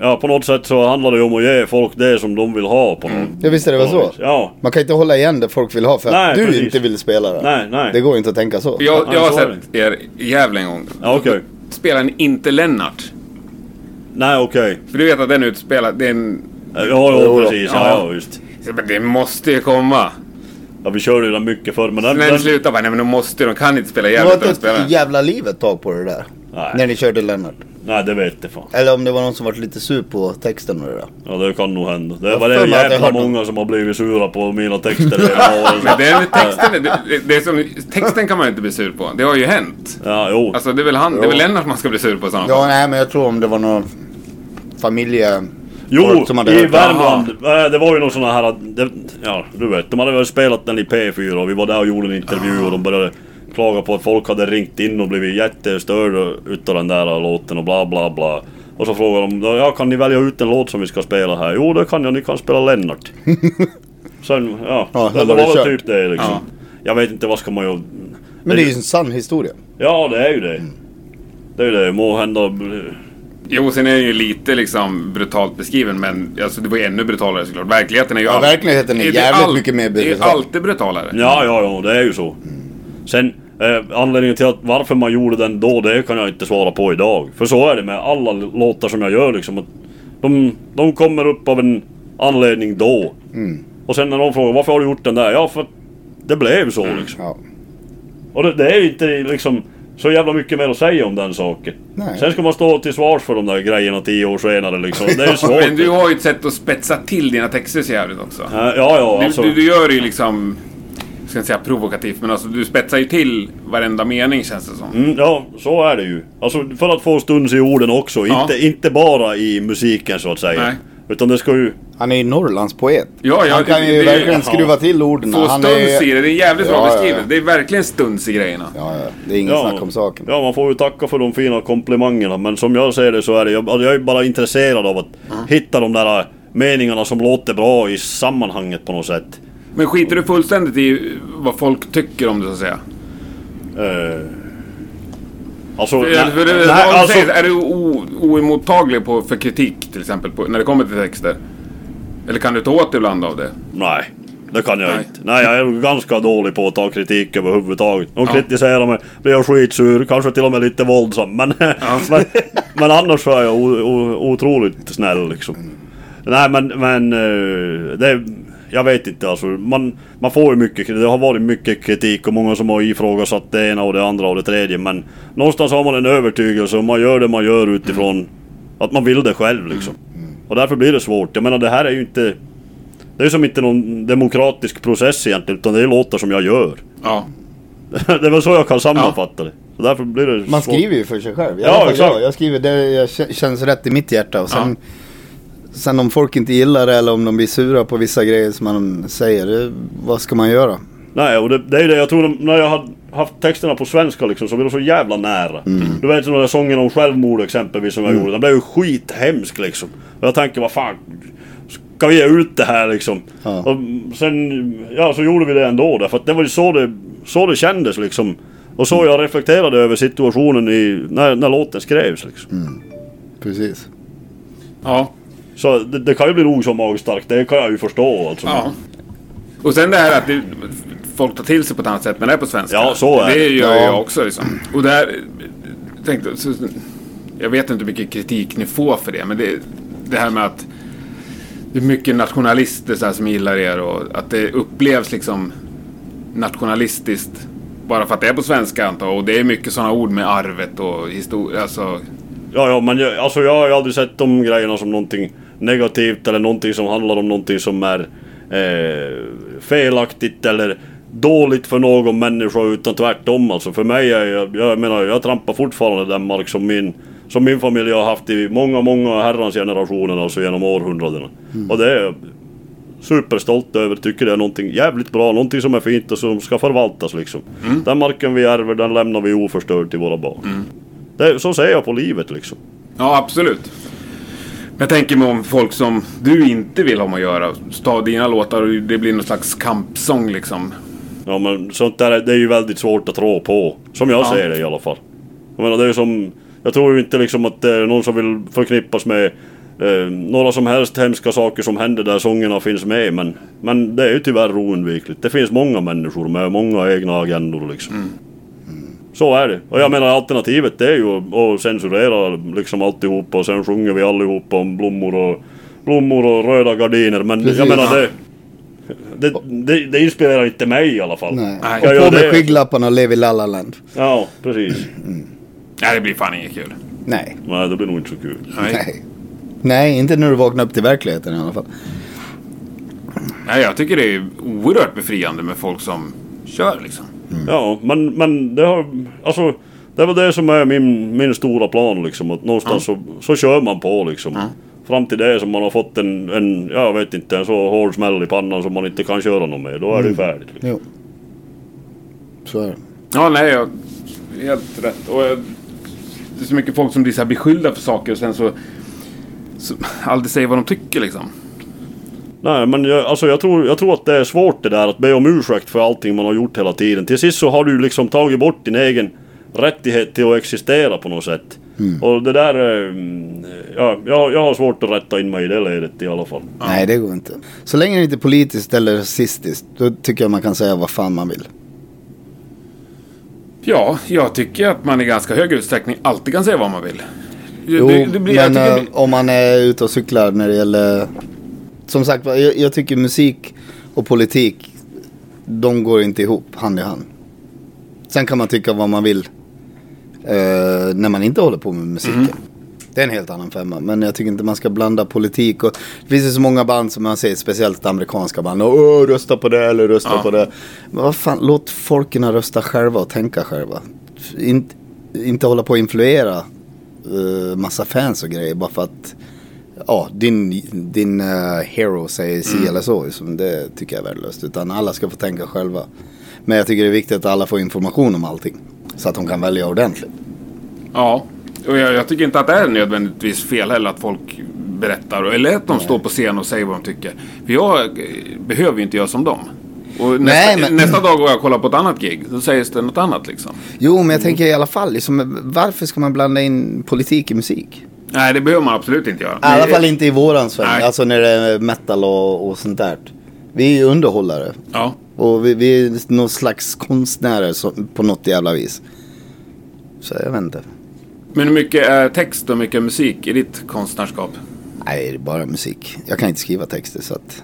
Speaker 1: Ja, på något sätt så handlar det ju om att ge folk det som de vill ha på något
Speaker 3: Ja visst är det väl så?
Speaker 1: Ja.
Speaker 3: Man kan inte hålla igen det folk vill ha för att
Speaker 1: Nej,
Speaker 3: du
Speaker 1: precis.
Speaker 3: inte vill spela det.
Speaker 1: Nej, nej.
Speaker 3: Det går inte att tänka så.
Speaker 4: Jag,
Speaker 1: Ja,
Speaker 4: jag har
Speaker 1: så är det.
Speaker 4: sett er i Gävle en gång.
Speaker 1: Ja, okej.
Speaker 4: Spelade ni inte Lennart?
Speaker 1: Nej, okej.
Speaker 4: För du vet att den utspelar... Det, är en,
Speaker 1: Ja,
Speaker 3: Jo
Speaker 1: ja,
Speaker 3: då.
Speaker 1: precis. Ja,
Speaker 4: Ja.
Speaker 1: ja, visst.
Speaker 4: men det måste ju komma.
Speaker 1: Ja, vi körde ju den mycket förr, men den...
Speaker 4: När ni
Speaker 1: den
Speaker 3: Alltså,
Speaker 4: slutar bara, nej men de måste de kan inte spela
Speaker 3: Det
Speaker 4: Gävle.
Speaker 3: var
Speaker 4: utan de
Speaker 3: inte
Speaker 4: spelar.
Speaker 3: ett jävla liv ett tag på det där.
Speaker 1: Nej.
Speaker 3: När ni körde Lennart.
Speaker 1: nej, det vet jag fan.
Speaker 3: Eller om det var någon som var lite sur på texten och det där.
Speaker 1: Ja, det kan nog hända. Det
Speaker 3: Jag
Speaker 1: var det
Speaker 3: för mig att jag
Speaker 1: jävla
Speaker 3: hörde-
Speaker 1: många som har blivit sura på mina texter. hela året.
Speaker 4: Men den texten, det, det- det är som, texten kan man ju inte bli sur på. Det har ju hänt.
Speaker 1: Ja, jo.
Speaker 4: Alltså det är väl, han, det är väl Lennart man ska bli sur på i sådana fall.
Speaker 3: Ja nej men jag tror om det var någon familje...
Speaker 1: Jo,
Speaker 3: folk som hade
Speaker 1: i
Speaker 3: hört det.
Speaker 1: Värmland. eh, Det var ju någon sån här... att- Det, ja, du vet. De hade väl spelat den i P4 och vi var där och gjorde en intervju och de började klaga på att folk hade ringt in och blivit jättestörda utav den där låten och bla bla bla. Och så frågade de, ja kan ni välja ut en låt som vi ska spela här? Jo det kan jag, ni kan spela Lennart. Sen, ja.
Speaker 3: Ja,
Speaker 1: det
Speaker 3: sen var
Speaker 1: var
Speaker 3: det
Speaker 1: väl
Speaker 3: kört.
Speaker 1: typ det liksom.
Speaker 4: Ja.
Speaker 1: Jag vet inte, vad ska man göra?
Speaker 3: Men det är ju en sann historia.
Speaker 1: Ja, det är ju det.
Speaker 4: Mm.
Speaker 1: Det är ju det, må hända...
Speaker 4: Jo, sen är den ju lite liksom brutalt beskriven, men alltså, det var ju ännu brutalare såklart. Verkligheten är ju... all-
Speaker 3: verkligheten är
Speaker 4: det
Speaker 3: jävligt mycket mer
Speaker 4: Det är ju
Speaker 3: brutal.
Speaker 4: alltid brutalare. Mm.
Speaker 1: Ja, ja, ja, det är ju så. Sen, eh, Eh, anledningen till att varför man gjorde den då, det kan jag inte svara på idag. För så är det med alla låtar som jag gör liksom. Att de, de kommer upp av en anledning då.
Speaker 4: Mm.
Speaker 1: Och sen när någon frågar varför har du gjort den där? Ja, för att det blev så
Speaker 4: Mm.
Speaker 1: liksom.
Speaker 3: Ja.
Speaker 1: Och det, det är ju inte liksom så jävla mycket mer att säga om den saken.
Speaker 3: Nej.
Speaker 1: Sen ska man stå till svars för de där grejerna tio år senare liksom. Det är ju svårt.
Speaker 4: Men du har ju ett sätt att spetsa till dina texter så jävligt också.
Speaker 1: Eh, Ja, ja,
Speaker 4: Du,
Speaker 1: alltså.
Speaker 4: du, du gör det ju liksom, jag ska inte säga provokativt, men alltså du spetsar ju till varenda mening känns det som.
Speaker 1: Mm, ja, så är det ju. Alltså för att få stuns i orden också.
Speaker 4: Ja.
Speaker 1: Inte, inte bara i musiken så att säga.
Speaker 4: Nej.
Speaker 1: Utan det ska ju...
Speaker 3: Han är ju Norrlandspoet.
Speaker 4: Ja, ja,
Speaker 3: han kan
Speaker 4: det-
Speaker 3: ju
Speaker 4: det-
Speaker 3: verkligen
Speaker 1: ja.
Speaker 3: skruva till orden.
Speaker 4: Få
Speaker 3: han
Speaker 4: stuns i det, det är jävligt bra
Speaker 3: Ja, ja,
Speaker 4: beskrivet.
Speaker 3: ja.
Speaker 4: Det är verkligen stuns i grejerna.
Speaker 3: Ja, ja. Det är inget snack om saken.
Speaker 1: Ja, man får ju tacka för de fina komplimangerna. Men som jag ser det så är det... Jag, alltså, jag är bara intresserad av att hitta de där äh, meningarna som låter bra i sammanhanget på något sätt.
Speaker 4: Men skiter du fullständigt i vad folk tycker om det så att säga?
Speaker 1: Eh, Alltså,
Speaker 4: Eller för det-
Speaker 1: nej,
Speaker 4: vad
Speaker 1: nej,
Speaker 4: du
Speaker 1: alltså,
Speaker 4: säger, Är du o- oemottaglig på, för kritik till exempel på, när det kommer till texter? Eller kan du ta åt dig ibland av det?
Speaker 1: nej, det kan jag
Speaker 4: Nej.
Speaker 1: inte. Nej, jag är nog ganska dålig på att ta kritik överhuvudtaget. De kritiserar mig, blir jag skitsur, kanske till och med lite våldsam. Men, men, men annars så är jag o, o, otroligt snäll liksom. Nej men, men eh, det, jag vet inte alltså. Man, man får ju mycket kritik. Det har varit mycket kritik och många som har ifrågasatt det ena och det andra och det tredje. Men någonstans har man en övertygelse och man gör det man gör utifrån att man vill det själv liksom. Och därför blir det svårt. Jag menar det här är ju inte... Det är som inte någon demokratisk process egentligen utan det är låtar som jag gör.
Speaker 4: Ja.
Speaker 1: det är väl så jag kan sammanfatta det. Så därför blir det
Speaker 3: Man
Speaker 1: svårt.
Speaker 3: skriver ju för sig själv. I
Speaker 1: Ja,
Speaker 3: alla fall
Speaker 1: exakt.
Speaker 3: Jag, jag skriver det jag kä- känns rätt i mitt hjärta. Och sen, sen om folk inte gillar det eller om de blir sura på vissa grejer som man säger, det, vad ska man göra?
Speaker 1: Nej, och det, det är ju det jag tror de, när jag hade haft texterna på svenska liksom så blev de så jävla nära.
Speaker 3: Mm.
Speaker 1: Du vet som den där sången om självmord exempelvis som jag gjorde, den blev ju skithemsk liksom. Och jag tänker vad fan, ska vi ge ut det här liksom?
Speaker 3: Ja.
Speaker 1: Och sen, ja så gjorde vi det ändå därför att det var ju så det, så det kändes liksom. Och så
Speaker 3: Mm.
Speaker 1: jag reflekterade över situationen i, när, när låten skrevs liksom.
Speaker 3: Precis.
Speaker 4: Ja.
Speaker 1: Så det, det kan ju bli nog så magstarkt, det kan jag ju förstå alltså.
Speaker 4: ja. Och sen det här att det, folk tar till sig på ett annat sätt när det är på svenska.
Speaker 1: Ja, så är det.
Speaker 4: Det gör
Speaker 3: Ja.
Speaker 4: jag också liksom. Och där... Tänkte, så, jag vet inte hur mycket kritik ni får för det, men det, det här med att det är mycket nationalister så här, som gillar er och att det upplevs liksom nationalistiskt. Bara för att det är på svenska antar jag. Och det är mycket sådana ord med arvet och historia. Alltså,
Speaker 1: Ja, ja, men jag, alltså jag har ju aldrig sett de grejerna som någonting negativt eller någonting som handlar om någonting som är eh, felaktigt eller dåligt för någon människa utan tvärtom alltså. För mig är jag, jag menar jag trampar fortfarande den mark som min, som min familj har haft i många, många herrans generationer, alltså genom århundradena. Och det är jag superstolt över, tycker det är någonting jävligt bra, någonting som är fint och som ska förvaltas liksom. Den marken vi ärver, den lämnar vi oförstörd till våra barn. Det, så ser jag på livet liksom.
Speaker 4: Ja, absolut. Men Jag tänker mig om folk som du inte vill ha med att göra. Ta dina låtar och det blir någon slags kampsång liksom.
Speaker 1: Ja men sånt där det är ju väldigt svårt att rå på. Som jag ser det i alla fall. Jag menar det är ju som... Jag tror ju inte liksom att det är någon som vill förknippas med eh, några som helst hemska saker som händer där sångerna finns med. Men, men det är ju tyvärr oundvikligt. Det finns många människor med många egna agendor liksom. Så är det. Och jag menar alternativet det är ju att- att censurera liksom alltihop och sen sjunger vi allihopa om blommor och, blommor och röda gardiner. Men jag
Speaker 3: Precis.
Speaker 1: menar det, det, det, det inspirerar inte mig i alla fall.
Speaker 3: Nej.
Speaker 4: Nej.
Speaker 1: Jag
Speaker 3: Och
Speaker 1: gör
Speaker 3: på med
Speaker 1: det.
Speaker 3: skygglapparna och lev i Lallaland.
Speaker 1: Ja, precis.
Speaker 4: Nej, det blir fan inget kul.
Speaker 3: Nej.
Speaker 1: Nej, det blir nog inte så kul.
Speaker 4: Nej.
Speaker 3: Nej. Nej, inte när du vaknar upp till verkligheten i alla fall.
Speaker 4: Nej, jag tycker det är oerhört befriande med folk som kör liksom.
Speaker 3: Mm.
Speaker 1: Ja, men, men det har... Alltså, det var det som är min, min stora plan liksom. Att någonstans så, så kör man på liksom. Fram till det som man har fått en, en, jag vet inte, en så hård smäll i pannan som man inte kan köra någon med. Då är det
Speaker 3: Mm.
Speaker 1: ju färdigt. Liksom.
Speaker 3: Jo. Så är det.
Speaker 4: Ja, nej, jag... Helt rätt. Och jag... Det är så mycket folk som blir så här beskyllda för saker och sen så... så aldrig säger vad de tycker liksom.
Speaker 1: Nej, men jag, alltså jag, tror, jag tror att det är svårt det där att be om ursäkt för allting man har gjort hela tiden. Till sist så har du liksom tagit bort din egen rättighet till att existera på något sätt. Och det där... eh, mm, Ja, jag, jag har svårt att rätta in mig i det ledet i alla fall.
Speaker 3: Nej, det går inte. Så länge det inte är politiskt eller rasistiskt, då tycker jag man kan säga vad fan man vill.
Speaker 4: Ja, jag tycker att man i ganska hög utsträckning alltid kan säga vad man vill.
Speaker 3: Jo,
Speaker 4: det, det blir,
Speaker 3: men
Speaker 4: jag tycker,
Speaker 3: eh, om man är ute och cyklar när det gäller... Som sagt va, jag, jag tycker musik och politik, de går inte ihop hand i hand. Sen kan man tycka vad man vill eh, när man inte håller på med musiken.
Speaker 4: Mm.
Speaker 3: Det är en helt annan femma. Men jag tycker inte man ska blanda politik och... Det finns ju så många band som man säger, speciellt amerikanska band. Åh, rösta på det eller rösta på det. Men vad fan, låt folken rösta själva och tänka själva. In, inte hålla på och influera eh, massa fans och grejer bara för att... Ja, din, din eh, hero säger si eller så. Som det tycker jag är värdelöst. Utan alla ska få tänka själva. Men jag tycker det är viktigt att alla får information om allting. Så att de kan välja ordentligt.
Speaker 4: ja, och jag, jag tycker inte att det är nödvändigtvis fel heller att folk berättar. Eller att de står på scen och säger vad de tycker. För jag eh, behöver ju inte göra som dem. Och nästa,
Speaker 3: Nej, men-
Speaker 4: nästa dag går jag och kollar på ett annat gig. Då sägs det något annat liksom.
Speaker 3: Jo, men jag tänker i alla fall, liksom, varför ska man blanda in politik i musik?
Speaker 4: Nej, det behöver man absolut inte göra.
Speaker 3: I alla fall inte i våran sväng,
Speaker 4: Nej.
Speaker 3: alltså när det är metal och, och sånt där. Vi är ju underhållare.
Speaker 4: Ja.
Speaker 3: Och vi, vi är någon slags konstnärer som, på något jävla vis. Så jag vet inte.
Speaker 4: Men hur mycket är text och mycket är musik i ditt konstnärskap?
Speaker 3: Nej, det är bara musik. Jag kan inte skriva texter så att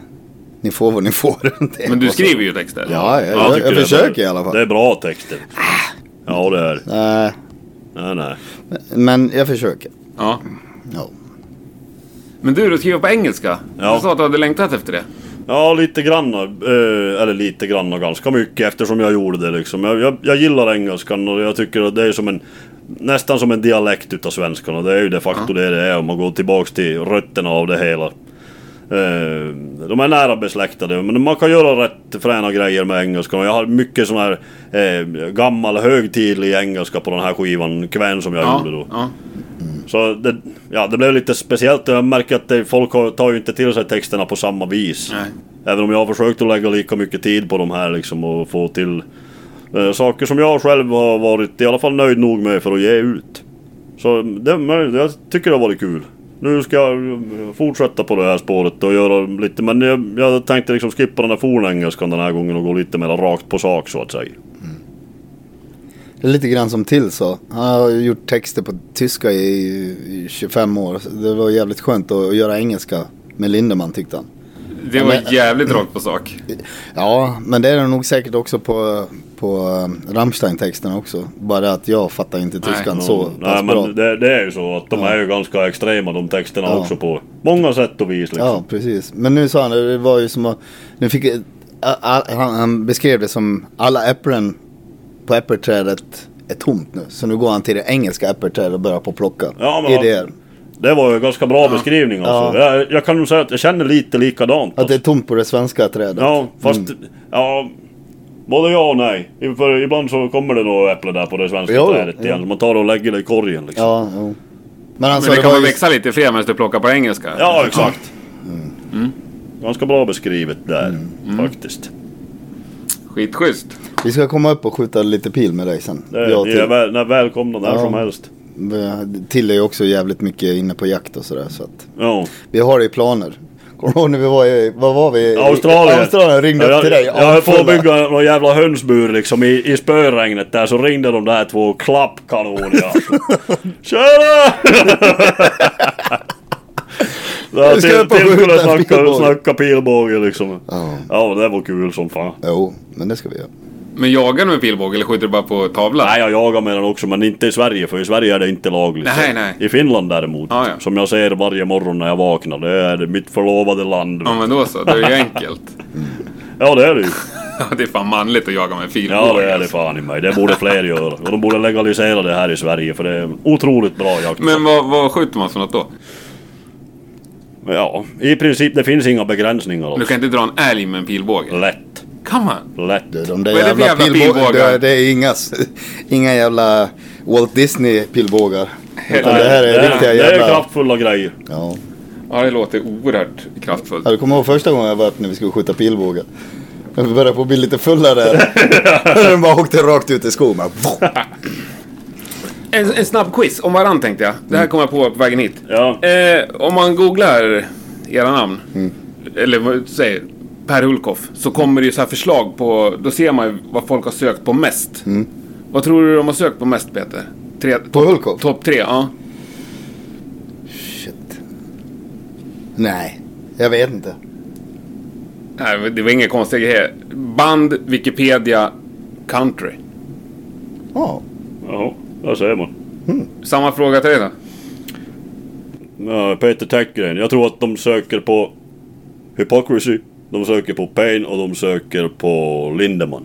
Speaker 3: ni får vad ni får. Det är
Speaker 4: Men du
Speaker 3: bara så.
Speaker 4: skriver ju texter.
Speaker 3: Ja, jag,
Speaker 1: tycker
Speaker 3: jag, jag
Speaker 1: det är
Speaker 3: försöker
Speaker 1: bra.
Speaker 3: i alla fall.
Speaker 1: Det är bra texter. Ja, det är det.
Speaker 3: Nej,
Speaker 1: Nej, nej.
Speaker 3: men jag försöker.
Speaker 4: ja.
Speaker 3: Ja.
Speaker 4: Men du, du skriver på engelska.
Speaker 1: Ja.
Speaker 4: Du sa att du hade längtat efter det.
Speaker 1: Ja, lite grann. eh, Eller lite grann och ganska mycket eftersom jag gjorde det liksom. Jag, jag, jag gillar engelskan och jag tycker att det är som en... Nästan som en dialekt utav svenskan och det är ju de facto det det är om man går tillbaks till rötterna av det hela. Eh, De är nära besläktade men man kan göra rätt fräna grejer med engelskan. Jag har mycket sån här eh, gammal högtidlig engelska på den här skivan, kvän som jag gjorde då.
Speaker 4: ja.
Speaker 1: Så det, ja, det blev lite speciellt och jag märker att det, folk har- tar ju inte till sig texterna på samma vis.
Speaker 4: Nej.
Speaker 1: Även om jag har försökt att lägga lika mycket tid på de här liksom och få till eh, saker som jag själv har varit i alla fall nöjd nog med för att ge ut. Så det, men jag tycker det har varit kul. Nu ska jag eh, fortsätta på det här spåret och göra lite, men jag, jag tänkte liksom skippa den där fornengelskan den här gången och gå lite mer rakt på sak så att säga.
Speaker 3: Det är lite grann som till så. Han har gjort texter på tyska i, i 25 år. Så Det var jävligt skönt att göra engelska med Lindemann tyckte han.
Speaker 4: Det var jävligt rakt på sak.
Speaker 3: Alltså, Ja, men det är det nog säkert också på, på eh, Rammstein-texterna också. Bara att jag fattar inte tyskan så
Speaker 1: Mm,
Speaker 3: pass
Speaker 1: Nej
Speaker 3: bra.
Speaker 1: men det, det är ju så att de är ju ganska extrema de texterna
Speaker 3: Ja.
Speaker 1: också på många sätt och vis
Speaker 3: Ja,
Speaker 1: liksom.
Speaker 3: precis. Men nu sa han det, det var ju som att... Nu fick, ä- ä- han, han beskrev det som alla äpplen på äppelträdet är tomt nu. Så nu går han till det engelska äppelträdet och börjar på att plocka
Speaker 1: Ja, men-
Speaker 3: idéer.
Speaker 1: Det var ju en ganska bra beskrivning alltså. Jag, jag kan nog säga att jag känner lite likadant.
Speaker 3: Att det Mm. är
Speaker 1: alltså.
Speaker 3: tomt på det svenska trädet.
Speaker 1: Ja, fast... Ja, både ja och nej. För ibland så kommer det några äpplen där på det svenska
Speaker 3: Jo,
Speaker 1: trädet
Speaker 3: jo.
Speaker 1: igen. Man tar det och lägger det i korgen liksom. Ja,
Speaker 3: Ja, jo. Men han
Speaker 4: Men
Speaker 3: sa
Speaker 4: det
Speaker 3: det
Speaker 4: kan
Speaker 3: var
Speaker 4: man
Speaker 3: ju...
Speaker 4: växa lite fler medan du plockar på engelska.
Speaker 1: exakt.
Speaker 3: Mm.
Speaker 1: Ganska bra beskrivet där faktiskt.
Speaker 4: Skitschysst.
Speaker 3: Vi ska komma upp och skjuta lite pil med dig sen.
Speaker 1: Det,
Speaker 3: Jag
Speaker 1: ni är
Speaker 3: till.
Speaker 1: väl, ni är välkomna när
Speaker 3: Ja.
Speaker 1: som helst.
Speaker 3: Vi- Till är ju också jävligt mycket inne på jakt och sådär. Så att
Speaker 1: Ja.
Speaker 3: vi har det i planer. Kommer du ihåg när vi var i, vad var vi? I-
Speaker 1: Australien.
Speaker 3: Australien ringde
Speaker 1: Ja,
Speaker 3: upp till dig.
Speaker 1: Jag, jag höll på att
Speaker 3: Avfulla.
Speaker 1: bygga någon jävla hönsbur liksom i, i spöregnet där så ringde de där två klappkanoner alltså. Tjena! Ja,
Speaker 3: Nu ska
Speaker 1: till
Speaker 3: jag på
Speaker 1: till skulle
Speaker 3: skjuta
Speaker 1: snacka,
Speaker 3: pilbåge.
Speaker 1: snacka pilbåge liksom.
Speaker 3: Ja.
Speaker 1: Ja, det var kul som fan.
Speaker 3: Jo, men det ska vi göra.
Speaker 4: Men jagar du med pilbåge eller skjuter du bara på tavlan?
Speaker 1: Nej, jag jagar med den också, men inte i Sverige, för i Sverige är det inte lagligt.
Speaker 4: Nej, nej.
Speaker 1: I Finland däremot,
Speaker 4: Ja, ja.
Speaker 1: som jag ser varje morgon när jag vaknar, det är mitt förlovade land.
Speaker 4: Ja men då så, det är ju enkelt.
Speaker 1: Ja, det är det ju.
Speaker 4: Ja, det är fan manligt att jaga med pilbåge.
Speaker 1: Ja det är det
Speaker 4: alltså.
Speaker 1: fan i mig, det borde fler göra. Och de borde legalisera det här i Sverige för det är en otroligt bra jakt.
Speaker 4: Men vad, vad skjuter man för något då?
Speaker 1: Ja, i princip det finns inga begränsningar
Speaker 4: Du
Speaker 1: alls.
Speaker 4: kan inte dra en älg med en pilbåge?
Speaker 1: Lätt,
Speaker 4: Kan man?
Speaker 1: lätt.
Speaker 3: Du, de där
Speaker 4: Vad är det för
Speaker 3: jävla,
Speaker 4: jävla
Speaker 3: pilbå-
Speaker 4: pilbågar?
Speaker 3: Det, det är inga, s- inga jävla Walt Disney pilbågar. Utan det här är
Speaker 1: det,
Speaker 3: riktiga
Speaker 1: det är
Speaker 3: jävla...
Speaker 1: kraftfulla grejer.
Speaker 3: Ja.
Speaker 4: Ja, det låter oerhört kraftfullt.
Speaker 3: Ja, du kommer ihåg första gången jag var uppe när vi skulle skjuta pilbåge? När vi började på att bli lite fulla där. Den bara åkte rakt ut i skogen. bara, voff.
Speaker 4: En, en snabb quiz om varann tänkte jag. Det här kom jag på på vägen hit.
Speaker 1: Mm. Ja. Mm.
Speaker 4: Eh, om man googlar era namn, eller vad säger
Speaker 1: Mm.
Speaker 4: Per Hulkoff, så kommer det ju så här förslag på, då ser man ju vad folk har sökt på mest. Vad tror du de har sökt på mest Peter? Tre,
Speaker 3: På Hulkov?
Speaker 4: Topp tre, ja.
Speaker 3: Shit. Nej, jag vet inte.
Speaker 4: Nej, det var inga konstiga grejer. Band, Wikipedia, country.
Speaker 3: Ja.
Speaker 1: Jaha, där ser man.
Speaker 4: Samma fråga till dig då.
Speaker 1: Ja, Peter Täckgren. Jag tror att de söker på Hypocrisy, de söker på Pain och de söker på Lindemann.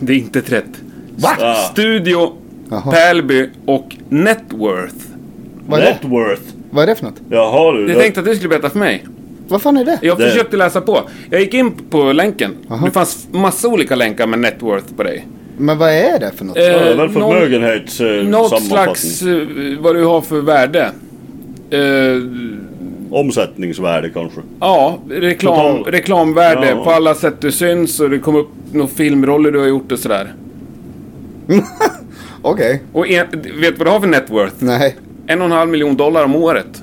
Speaker 4: Det är inte rätt.
Speaker 3: Va?
Speaker 1: Ah,
Speaker 4: Studio,
Speaker 3: Jaha.
Speaker 4: Pälby och Networth.
Speaker 3: Vad är det?
Speaker 1: Networth!
Speaker 3: Vad är det för något?
Speaker 1: Jaha du.
Speaker 4: Jag
Speaker 1: det-
Speaker 4: tänkte att du skulle berätta för mig.
Speaker 3: Vad fan är det?
Speaker 4: Jag
Speaker 1: Det-
Speaker 4: försökte läsa på. Jag gick in på länken. Det fanns massa olika länkar med Networth på dig.
Speaker 3: Men vad är det för något?
Speaker 4: Eh,
Speaker 1: Ja, det är väl
Speaker 4: någon-
Speaker 1: förmögenhets... Eh,
Speaker 4: Något
Speaker 1: sammanfattning.
Speaker 4: slags, eh, vad du har för värde. Eh,
Speaker 1: Omsättningsvärde kanske.
Speaker 4: ja, reklam,
Speaker 1: Total-
Speaker 4: reklamvärde
Speaker 1: Ja.
Speaker 4: på alla sätt du syns och det kom upp några filmroller du har gjort och sådär.
Speaker 3: Okej.
Speaker 4: Och en, vet du vad du har för net worth?
Speaker 3: Nej.
Speaker 4: En och en halv miljon dollar om året.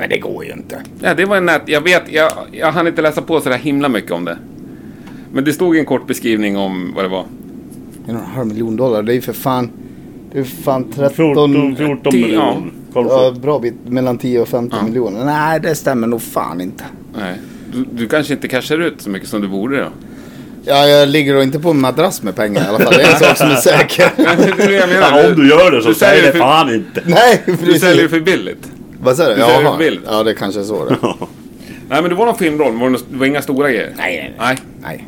Speaker 3: Men det går ju inte.
Speaker 4: Ja, det var en nät, jag vet, jag, jag hann inte läsa på sådär himla mycket om det. Men det stod en kort beskrivning om vad det var.
Speaker 3: En och en halv miljon dollar, det är ju för fan... Det är för fan
Speaker 1: 14,
Speaker 3: 13...
Speaker 1: 14
Speaker 4: tio,
Speaker 1: miljoner. Kanske.
Speaker 3: Ja, bra bit mellan 10 och 15 miljoner. Nej, det stämmer nog fan inte.
Speaker 4: Nej. Du, du kanske inte cashar ut så mycket som du borde då.
Speaker 3: Ja, jag ligger då inte på en madrass med pengar i alla fall. Det är en sak som är säker.
Speaker 4: Men det är det jag menar.
Speaker 1: Ja, om du gör det så
Speaker 4: du
Speaker 1: säg
Speaker 4: säljer
Speaker 1: det
Speaker 4: för-
Speaker 1: fan inte.
Speaker 3: Nej,
Speaker 4: Du
Speaker 3: precis.
Speaker 4: säljer ju för billigt.
Speaker 3: Vad sa du?
Speaker 4: du säljer
Speaker 3: Jaha.
Speaker 4: för bild.
Speaker 3: Ja, det kanske är så det.
Speaker 4: Nej men det var någon filmroll, men det var nå- det var inga stora grejer.
Speaker 3: Nej,
Speaker 4: nej.
Speaker 3: Nej.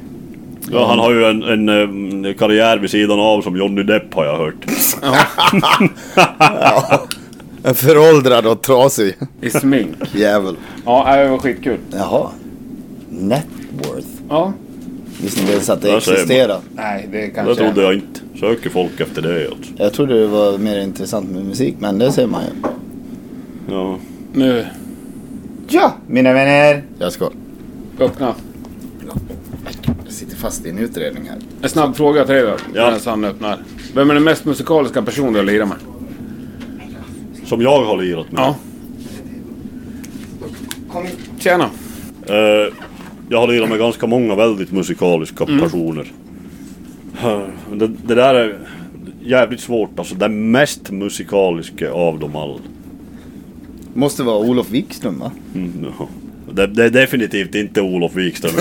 Speaker 1: Ja, han har ju en, en, eh, karriär vid sidan av som Johnny Depp har jag hört.
Speaker 3: En föråldrad och trasig
Speaker 4: I smink.
Speaker 3: jävel.
Speaker 4: ja, nej, det var skitkul.
Speaker 3: Jaha. Networth.
Speaker 4: Ja.
Speaker 3: Visste inte ens att det
Speaker 1: Där ser man.
Speaker 3: existerar.
Speaker 4: Nej, det
Speaker 1: Det
Speaker 4: kanske...
Speaker 1: trodde jag inte. Söker folk efter det alltså.
Speaker 3: Jag trodde det var mer intressant med musik, men det ser man ju.
Speaker 1: Ja.
Speaker 4: Nu,
Speaker 3: Ja, mina vänner. Jag ska.
Speaker 4: öppna.
Speaker 3: Jag sitter fast i en utredning här.
Speaker 4: En snabb fråga till dig då,
Speaker 1: Ja.
Speaker 4: medan han öppnar. Vem är den mest musikaliska person du har lirat med?
Speaker 1: Som jag har lirat med.
Speaker 4: Ja. Tjena.
Speaker 1: Eh, jag har lirat med ganska många väldigt musikaliska personer. Eh, Det, det där är jävligt svårt alltså. Den mest musikaliska av dem alla.
Speaker 3: Måste vara Olof Wikström va?
Speaker 1: Mm, ja. det, det är definitivt inte Olof Wikström.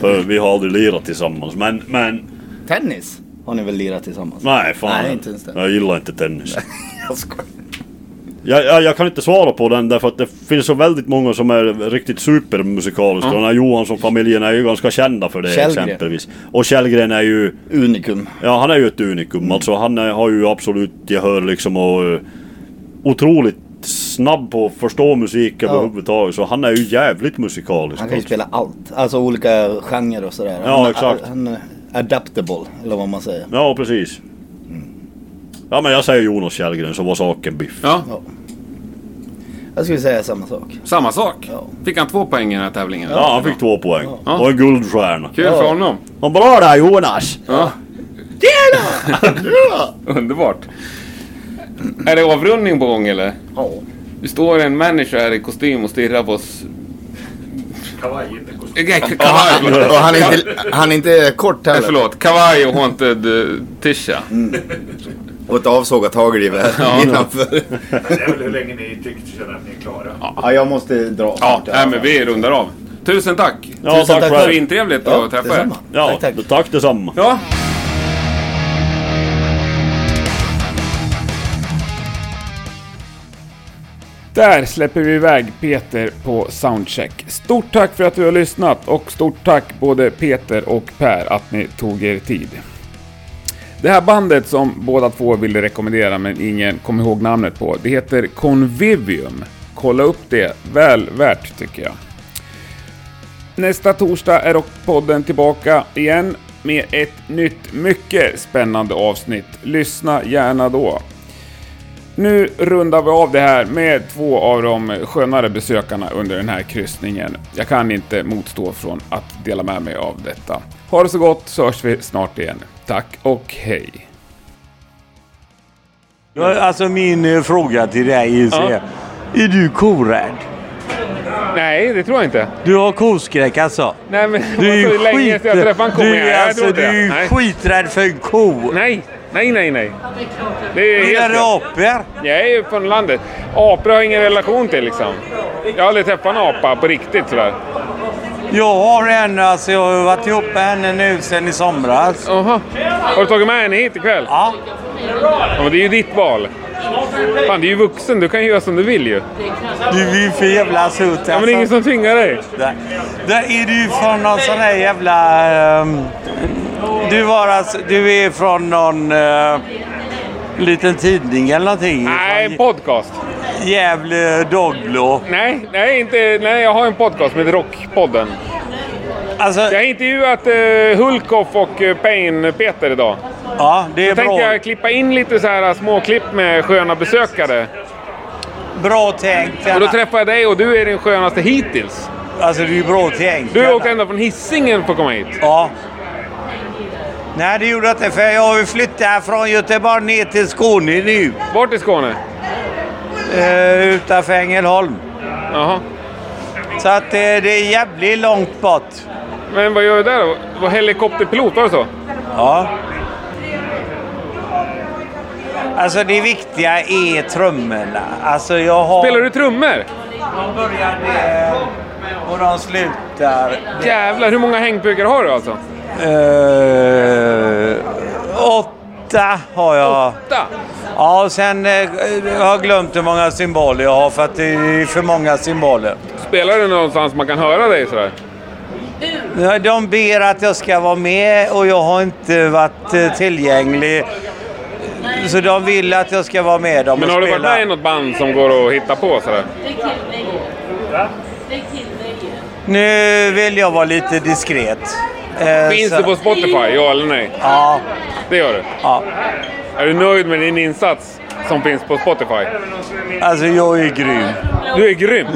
Speaker 1: För vi har aldrig lirat tillsammans. Men, men
Speaker 3: Tennis har ni väl lirat tillsammans?
Speaker 1: nej fan.
Speaker 3: Nej, inte ens det.
Speaker 1: jag gillar inte tennis.
Speaker 3: Jag skojar.
Speaker 1: Jag, jag, jag kan inte svara på den därför att det finns så väldigt många som är riktigt supermusikaliska. Den här Johansson-familjen är ju ganska kända för det
Speaker 3: Källgren.
Speaker 1: exempelvis. Och Källgren är ju...
Speaker 3: Unikum.
Speaker 1: Ja, han är ju ett unikum.
Speaker 3: Mm.
Speaker 1: Alltså han är, har ju absolut gehör liksom och... eh, Otroligt snabb på att förstå musik överhuvudtaget. Så han är ju jävligt musikalisk.
Speaker 3: Han kan ju
Speaker 1: alltså.
Speaker 3: spela allt. Alltså olika genrer och sådär.
Speaker 1: Ja,
Speaker 3: han,
Speaker 1: exakt.
Speaker 3: Han är adaptable, eller vad man säger.
Speaker 1: Ja, precis. Ja, men jag säger Jonas Källgren så var saken biff.
Speaker 4: Ja,
Speaker 3: Ja. Jag skulle säga samma sak.
Speaker 4: samma sak.
Speaker 3: Ja.
Speaker 4: Fick han två poäng i den här tävlingen?
Speaker 1: Ja, han fick två poäng.
Speaker 4: Ja.
Speaker 1: Och en guldstjärna.
Speaker 4: Kul för honom.
Speaker 1: Vad bra där Jonas!
Speaker 4: Ja. Underbart. Är det avrundning på gång eller?
Speaker 3: Ja.
Speaker 4: Det står en människa här i kostym och stirrar på oss. Kavaj, inte kostym. Kavaj, förlåt.
Speaker 3: Och han är inte, han är inte kort
Speaker 4: Nej,
Speaker 3: heller.
Speaker 4: förlåt. Kavaj och haunted eh, tisha.
Speaker 3: Mm. Och ett avsågat hagelgevär innanför.
Speaker 8: Det är väl hur länge ni tyckte känner att ni är klara.
Speaker 3: Ja, jag måste dra.
Speaker 4: Ja, nej, men vi rundar av. Tusen tack.
Speaker 1: Ja,
Speaker 3: Tusen
Speaker 1: tack
Speaker 3: tack
Speaker 1: själv.
Speaker 3: för in-
Speaker 4: Svintrevligt
Speaker 3: Ja,
Speaker 4: att träffa er.
Speaker 3: detsamma.
Speaker 1: Ja,
Speaker 3: Tack, tack.
Speaker 1: tack detsamma.
Speaker 4: Ja.
Speaker 5: Där släpper vi iväg Peter på soundcheck. Stort tack för att du har lyssnat och stort tack både Peter och Per att ni tog er tid. Det här bandet som båda två ville rekommendera men ingen kom ihåg namnet på, det heter Convivium. Kolla upp det, väl värt tycker jag. Nästa torsdag är Rockpodden tillbaka igen med ett nytt mycket spännande avsnitt. Lyssna gärna då. Nu rundar vi av det här med två av de skönare besökarna under den här kryssningen. Jag kan inte motstå från att dela med mig av detta. Ha det så gott så hörs vi snart igen. Tack och hej!
Speaker 9: Ja, Alltså min eh, fråga till dig är så här. Är du korädd?
Speaker 4: Nej, det tror jag inte.
Speaker 9: Du har koskräck alltså?
Speaker 4: Nej, men det
Speaker 9: Du är
Speaker 4: var
Speaker 9: ju
Speaker 4: så länge
Speaker 9: skit...
Speaker 4: sedan jag träffade en ko.
Speaker 9: du
Speaker 4: men
Speaker 9: är,
Speaker 4: jag
Speaker 9: alltså,
Speaker 4: tror
Speaker 9: du
Speaker 4: det.
Speaker 9: är ju
Speaker 4: Nej.
Speaker 9: skiträdd för en ko!
Speaker 4: Nej, nej, nej, nej. Det är
Speaker 9: Dina
Speaker 4: helt rätt.
Speaker 9: apor!
Speaker 4: Jag är ju från landet. Apor har jag ingen relation till liksom. Jag har aldrig träffat en apa på riktigt sådär.
Speaker 9: Jag har en, alltså jag har ju varit ihop med henne nu sen i somras.
Speaker 4: Jaha. Har du tagit med henne hit ikväll?
Speaker 9: Ja.
Speaker 4: Ja, men det är ju ditt val. Fan, du är ju vuxen. Du kan ju göra som du vill ju.
Speaker 9: Du är ju för jävla sot alltså.
Speaker 4: Ja, men det är ingen som tvingar dig.
Speaker 9: Där, där är du ju från någon sån här jävla... ehm, du, var alltså, du är från någon eh, liten tidning eller någonting?
Speaker 4: Nej, en
Speaker 9: Från
Speaker 4: podcast.
Speaker 9: Gävle Dogblå.
Speaker 4: Nej, nej, inte, nej, jag har en podcast med Rockpodden.
Speaker 9: Alltså,
Speaker 4: Jag har intervjuat eh, Hulkoff och eh, Payne-Peter idag.
Speaker 9: ja, det är
Speaker 4: Tänkte
Speaker 9: bra,
Speaker 4: jag klippa in lite så här småklipp med sköna besökare.
Speaker 9: bra tänkt.
Speaker 4: Och då
Speaker 9: Anna.
Speaker 4: träffade jag dig och du är den skönaste hittills.
Speaker 9: Alltså, du är bra tänkt.
Speaker 4: Du
Speaker 9: Anna.
Speaker 4: åkte ända från Hisingen för att komma hit.
Speaker 9: Ja. Nej, det gjorde jag inte, för jag har ju flyttat här från Göteborg ner till Skåne nu.
Speaker 4: Vart i Skåne?
Speaker 9: Eh, utanför Ängelholm.
Speaker 4: Jaha.
Speaker 9: Så att eh, det är jävligt långt bort.
Speaker 4: Men vad gör du där då? Var helikopterpilot, var det så?
Speaker 9: Ja. Alltså det viktiga är trummorna. Alltså jag har...
Speaker 4: Spelar du trummor?
Speaker 9: De börjar där eh, och de slutar...
Speaker 4: Jävlar, hur många hängpukar har du alltså?
Speaker 9: Eh, åtta har jag.
Speaker 4: Åtta?
Speaker 9: Ja, och sen eh, jag har jag glömt hur många symboler jag har för att det är för många symboler.
Speaker 4: Spelar du någonstans man kan höra dig sådär?
Speaker 9: Ja, De ber att jag ska vara med och jag har inte varit eh, tillgänglig. Så de vill att jag ska vara med dem
Speaker 4: Men
Speaker 9: och
Speaker 4: har du
Speaker 9: spela.
Speaker 4: varit med i något band som går att hitta på sådär?
Speaker 9: Nu vill jag vara lite diskret. Eh,
Speaker 4: Finns
Speaker 9: så-
Speaker 4: du på Spotify? Ja eller nej?
Speaker 9: Ja,
Speaker 4: Det gör du?
Speaker 9: ja.
Speaker 4: Är du nöjd med din insats som finns på Spotify?
Speaker 9: Alltså jag är grym.
Speaker 4: Du är grym!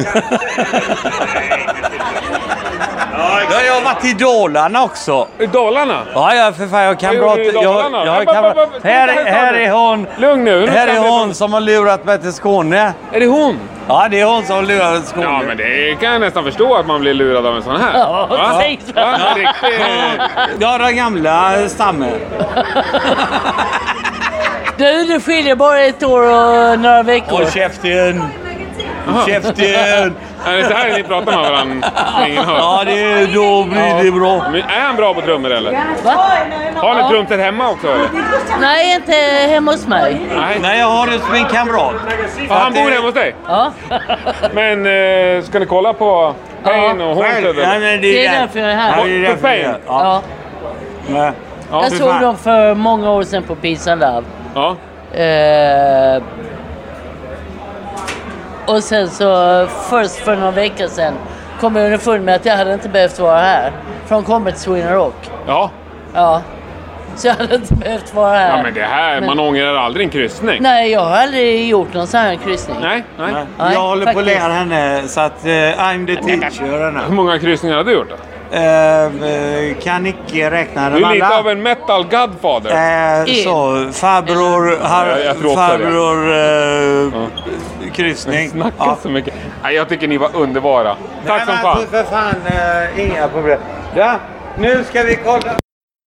Speaker 9: Ja, jag har varit i Dalarna också.
Speaker 4: I Dalarna?
Speaker 9: Ja, ja för fan jag kan
Speaker 4: Vad
Speaker 9: bra...
Speaker 4: gjorde du i
Speaker 9: Jag,
Speaker 4: Dalarna?
Speaker 9: jag
Speaker 4: Nej,
Speaker 9: kan
Speaker 4: men,
Speaker 9: bra-
Speaker 4: men, men,
Speaker 9: här,
Speaker 4: vänta,
Speaker 9: är-
Speaker 4: vänta
Speaker 9: här
Speaker 4: nu.
Speaker 9: är hon.
Speaker 4: Lugn nu, nu
Speaker 9: Här
Speaker 4: kan vi-
Speaker 9: är hon som har lurat mig till Skåne.
Speaker 4: Är det hon?
Speaker 9: Ja, det är hon som har lurat mig till Skåne.
Speaker 4: Ja, men det kan jag nästan förstå att man blir lurad av en sån här.
Speaker 10: Ja, precis.
Speaker 4: Va? En riktig-
Speaker 9: Ja, den gamla stammen.
Speaker 10: Du, det skiljer bara ett år och några veckor.
Speaker 9: Håll käften! Käften!
Speaker 4: Ja, det är så här ni pratar med varandra. Ingen hör.
Speaker 9: Ja, det, då blir det bra.
Speaker 4: Men är han bra på trummor eller?
Speaker 10: Va?
Speaker 4: Har ni trumset hemma också eller?
Speaker 10: Nej, inte hemma hos mig.
Speaker 4: Nej.
Speaker 9: Nej, jag har det som en kamrat.
Speaker 4: Fan, han bor hemma hos dig?
Speaker 10: Ja.
Speaker 4: Men eh, ska ni kolla på Payne och Haunted?
Speaker 9: Nej,
Speaker 4: eller?
Speaker 9: men
Speaker 10: Det är därför jag är här.
Speaker 9: Ja, det är
Speaker 4: För
Speaker 9: därför jag är
Speaker 4: fan.
Speaker 9: här. Ja.
Speaker 10: Ja.
Speaker 9: Nej.
Speaker 10: Jag
Speaker 9: fy
Speaker 10: såg
Speaker 9: fan.
Speaker 10: dem för många år sedan på Peace and Love.
Speaker 4: Ja.
Speaker 10: Eh, och sen så eh, först för någon vecka sedan kom jag underfund med att jag hade inte behövt vara här. För de kommer till Sweden Rock.
Speaker 4: ja.
Speaker 10: Ja. Så jag hade inte behövt vara här.
Speaker 4: Ja, men det här, man ångrar aldrig en kryssning.
Speaker 10: Nej, jag har aldrig gjort någon sån här kryssning.
Speaker 4: Nej, nej.
Speaker 9: Jag håller på att
Speaker 10: faktiskt.
Speaker 9: lära henne så att eh, I'm the teacher. henne.
Speaker 4: Hur många kryssningar har du gjort då?
Speaker 9: Eh, eh, kan icke räkna
Speaker 4: Du
Speaker 9: dem
Speaker 4: är lite av
Speaker 9: alla.
Speaker 4: en metal godfather.
Speaker 9: Eh, så, farbror, har,
Speaker 4: Ja, jag tror också det.
Speaker 9: farbror eh, kryssning.
Speaker 4: Snacka
Speaker 9: Ja.
Speaker 4: så mycket. Nej, jag tycker ni var underbara. Tack som
Speaker 9: Nej, men
Speaker 4: fan.
Speaker 9: alltså, för fan, eh, inga problem. Ja, nu ska vi kolla.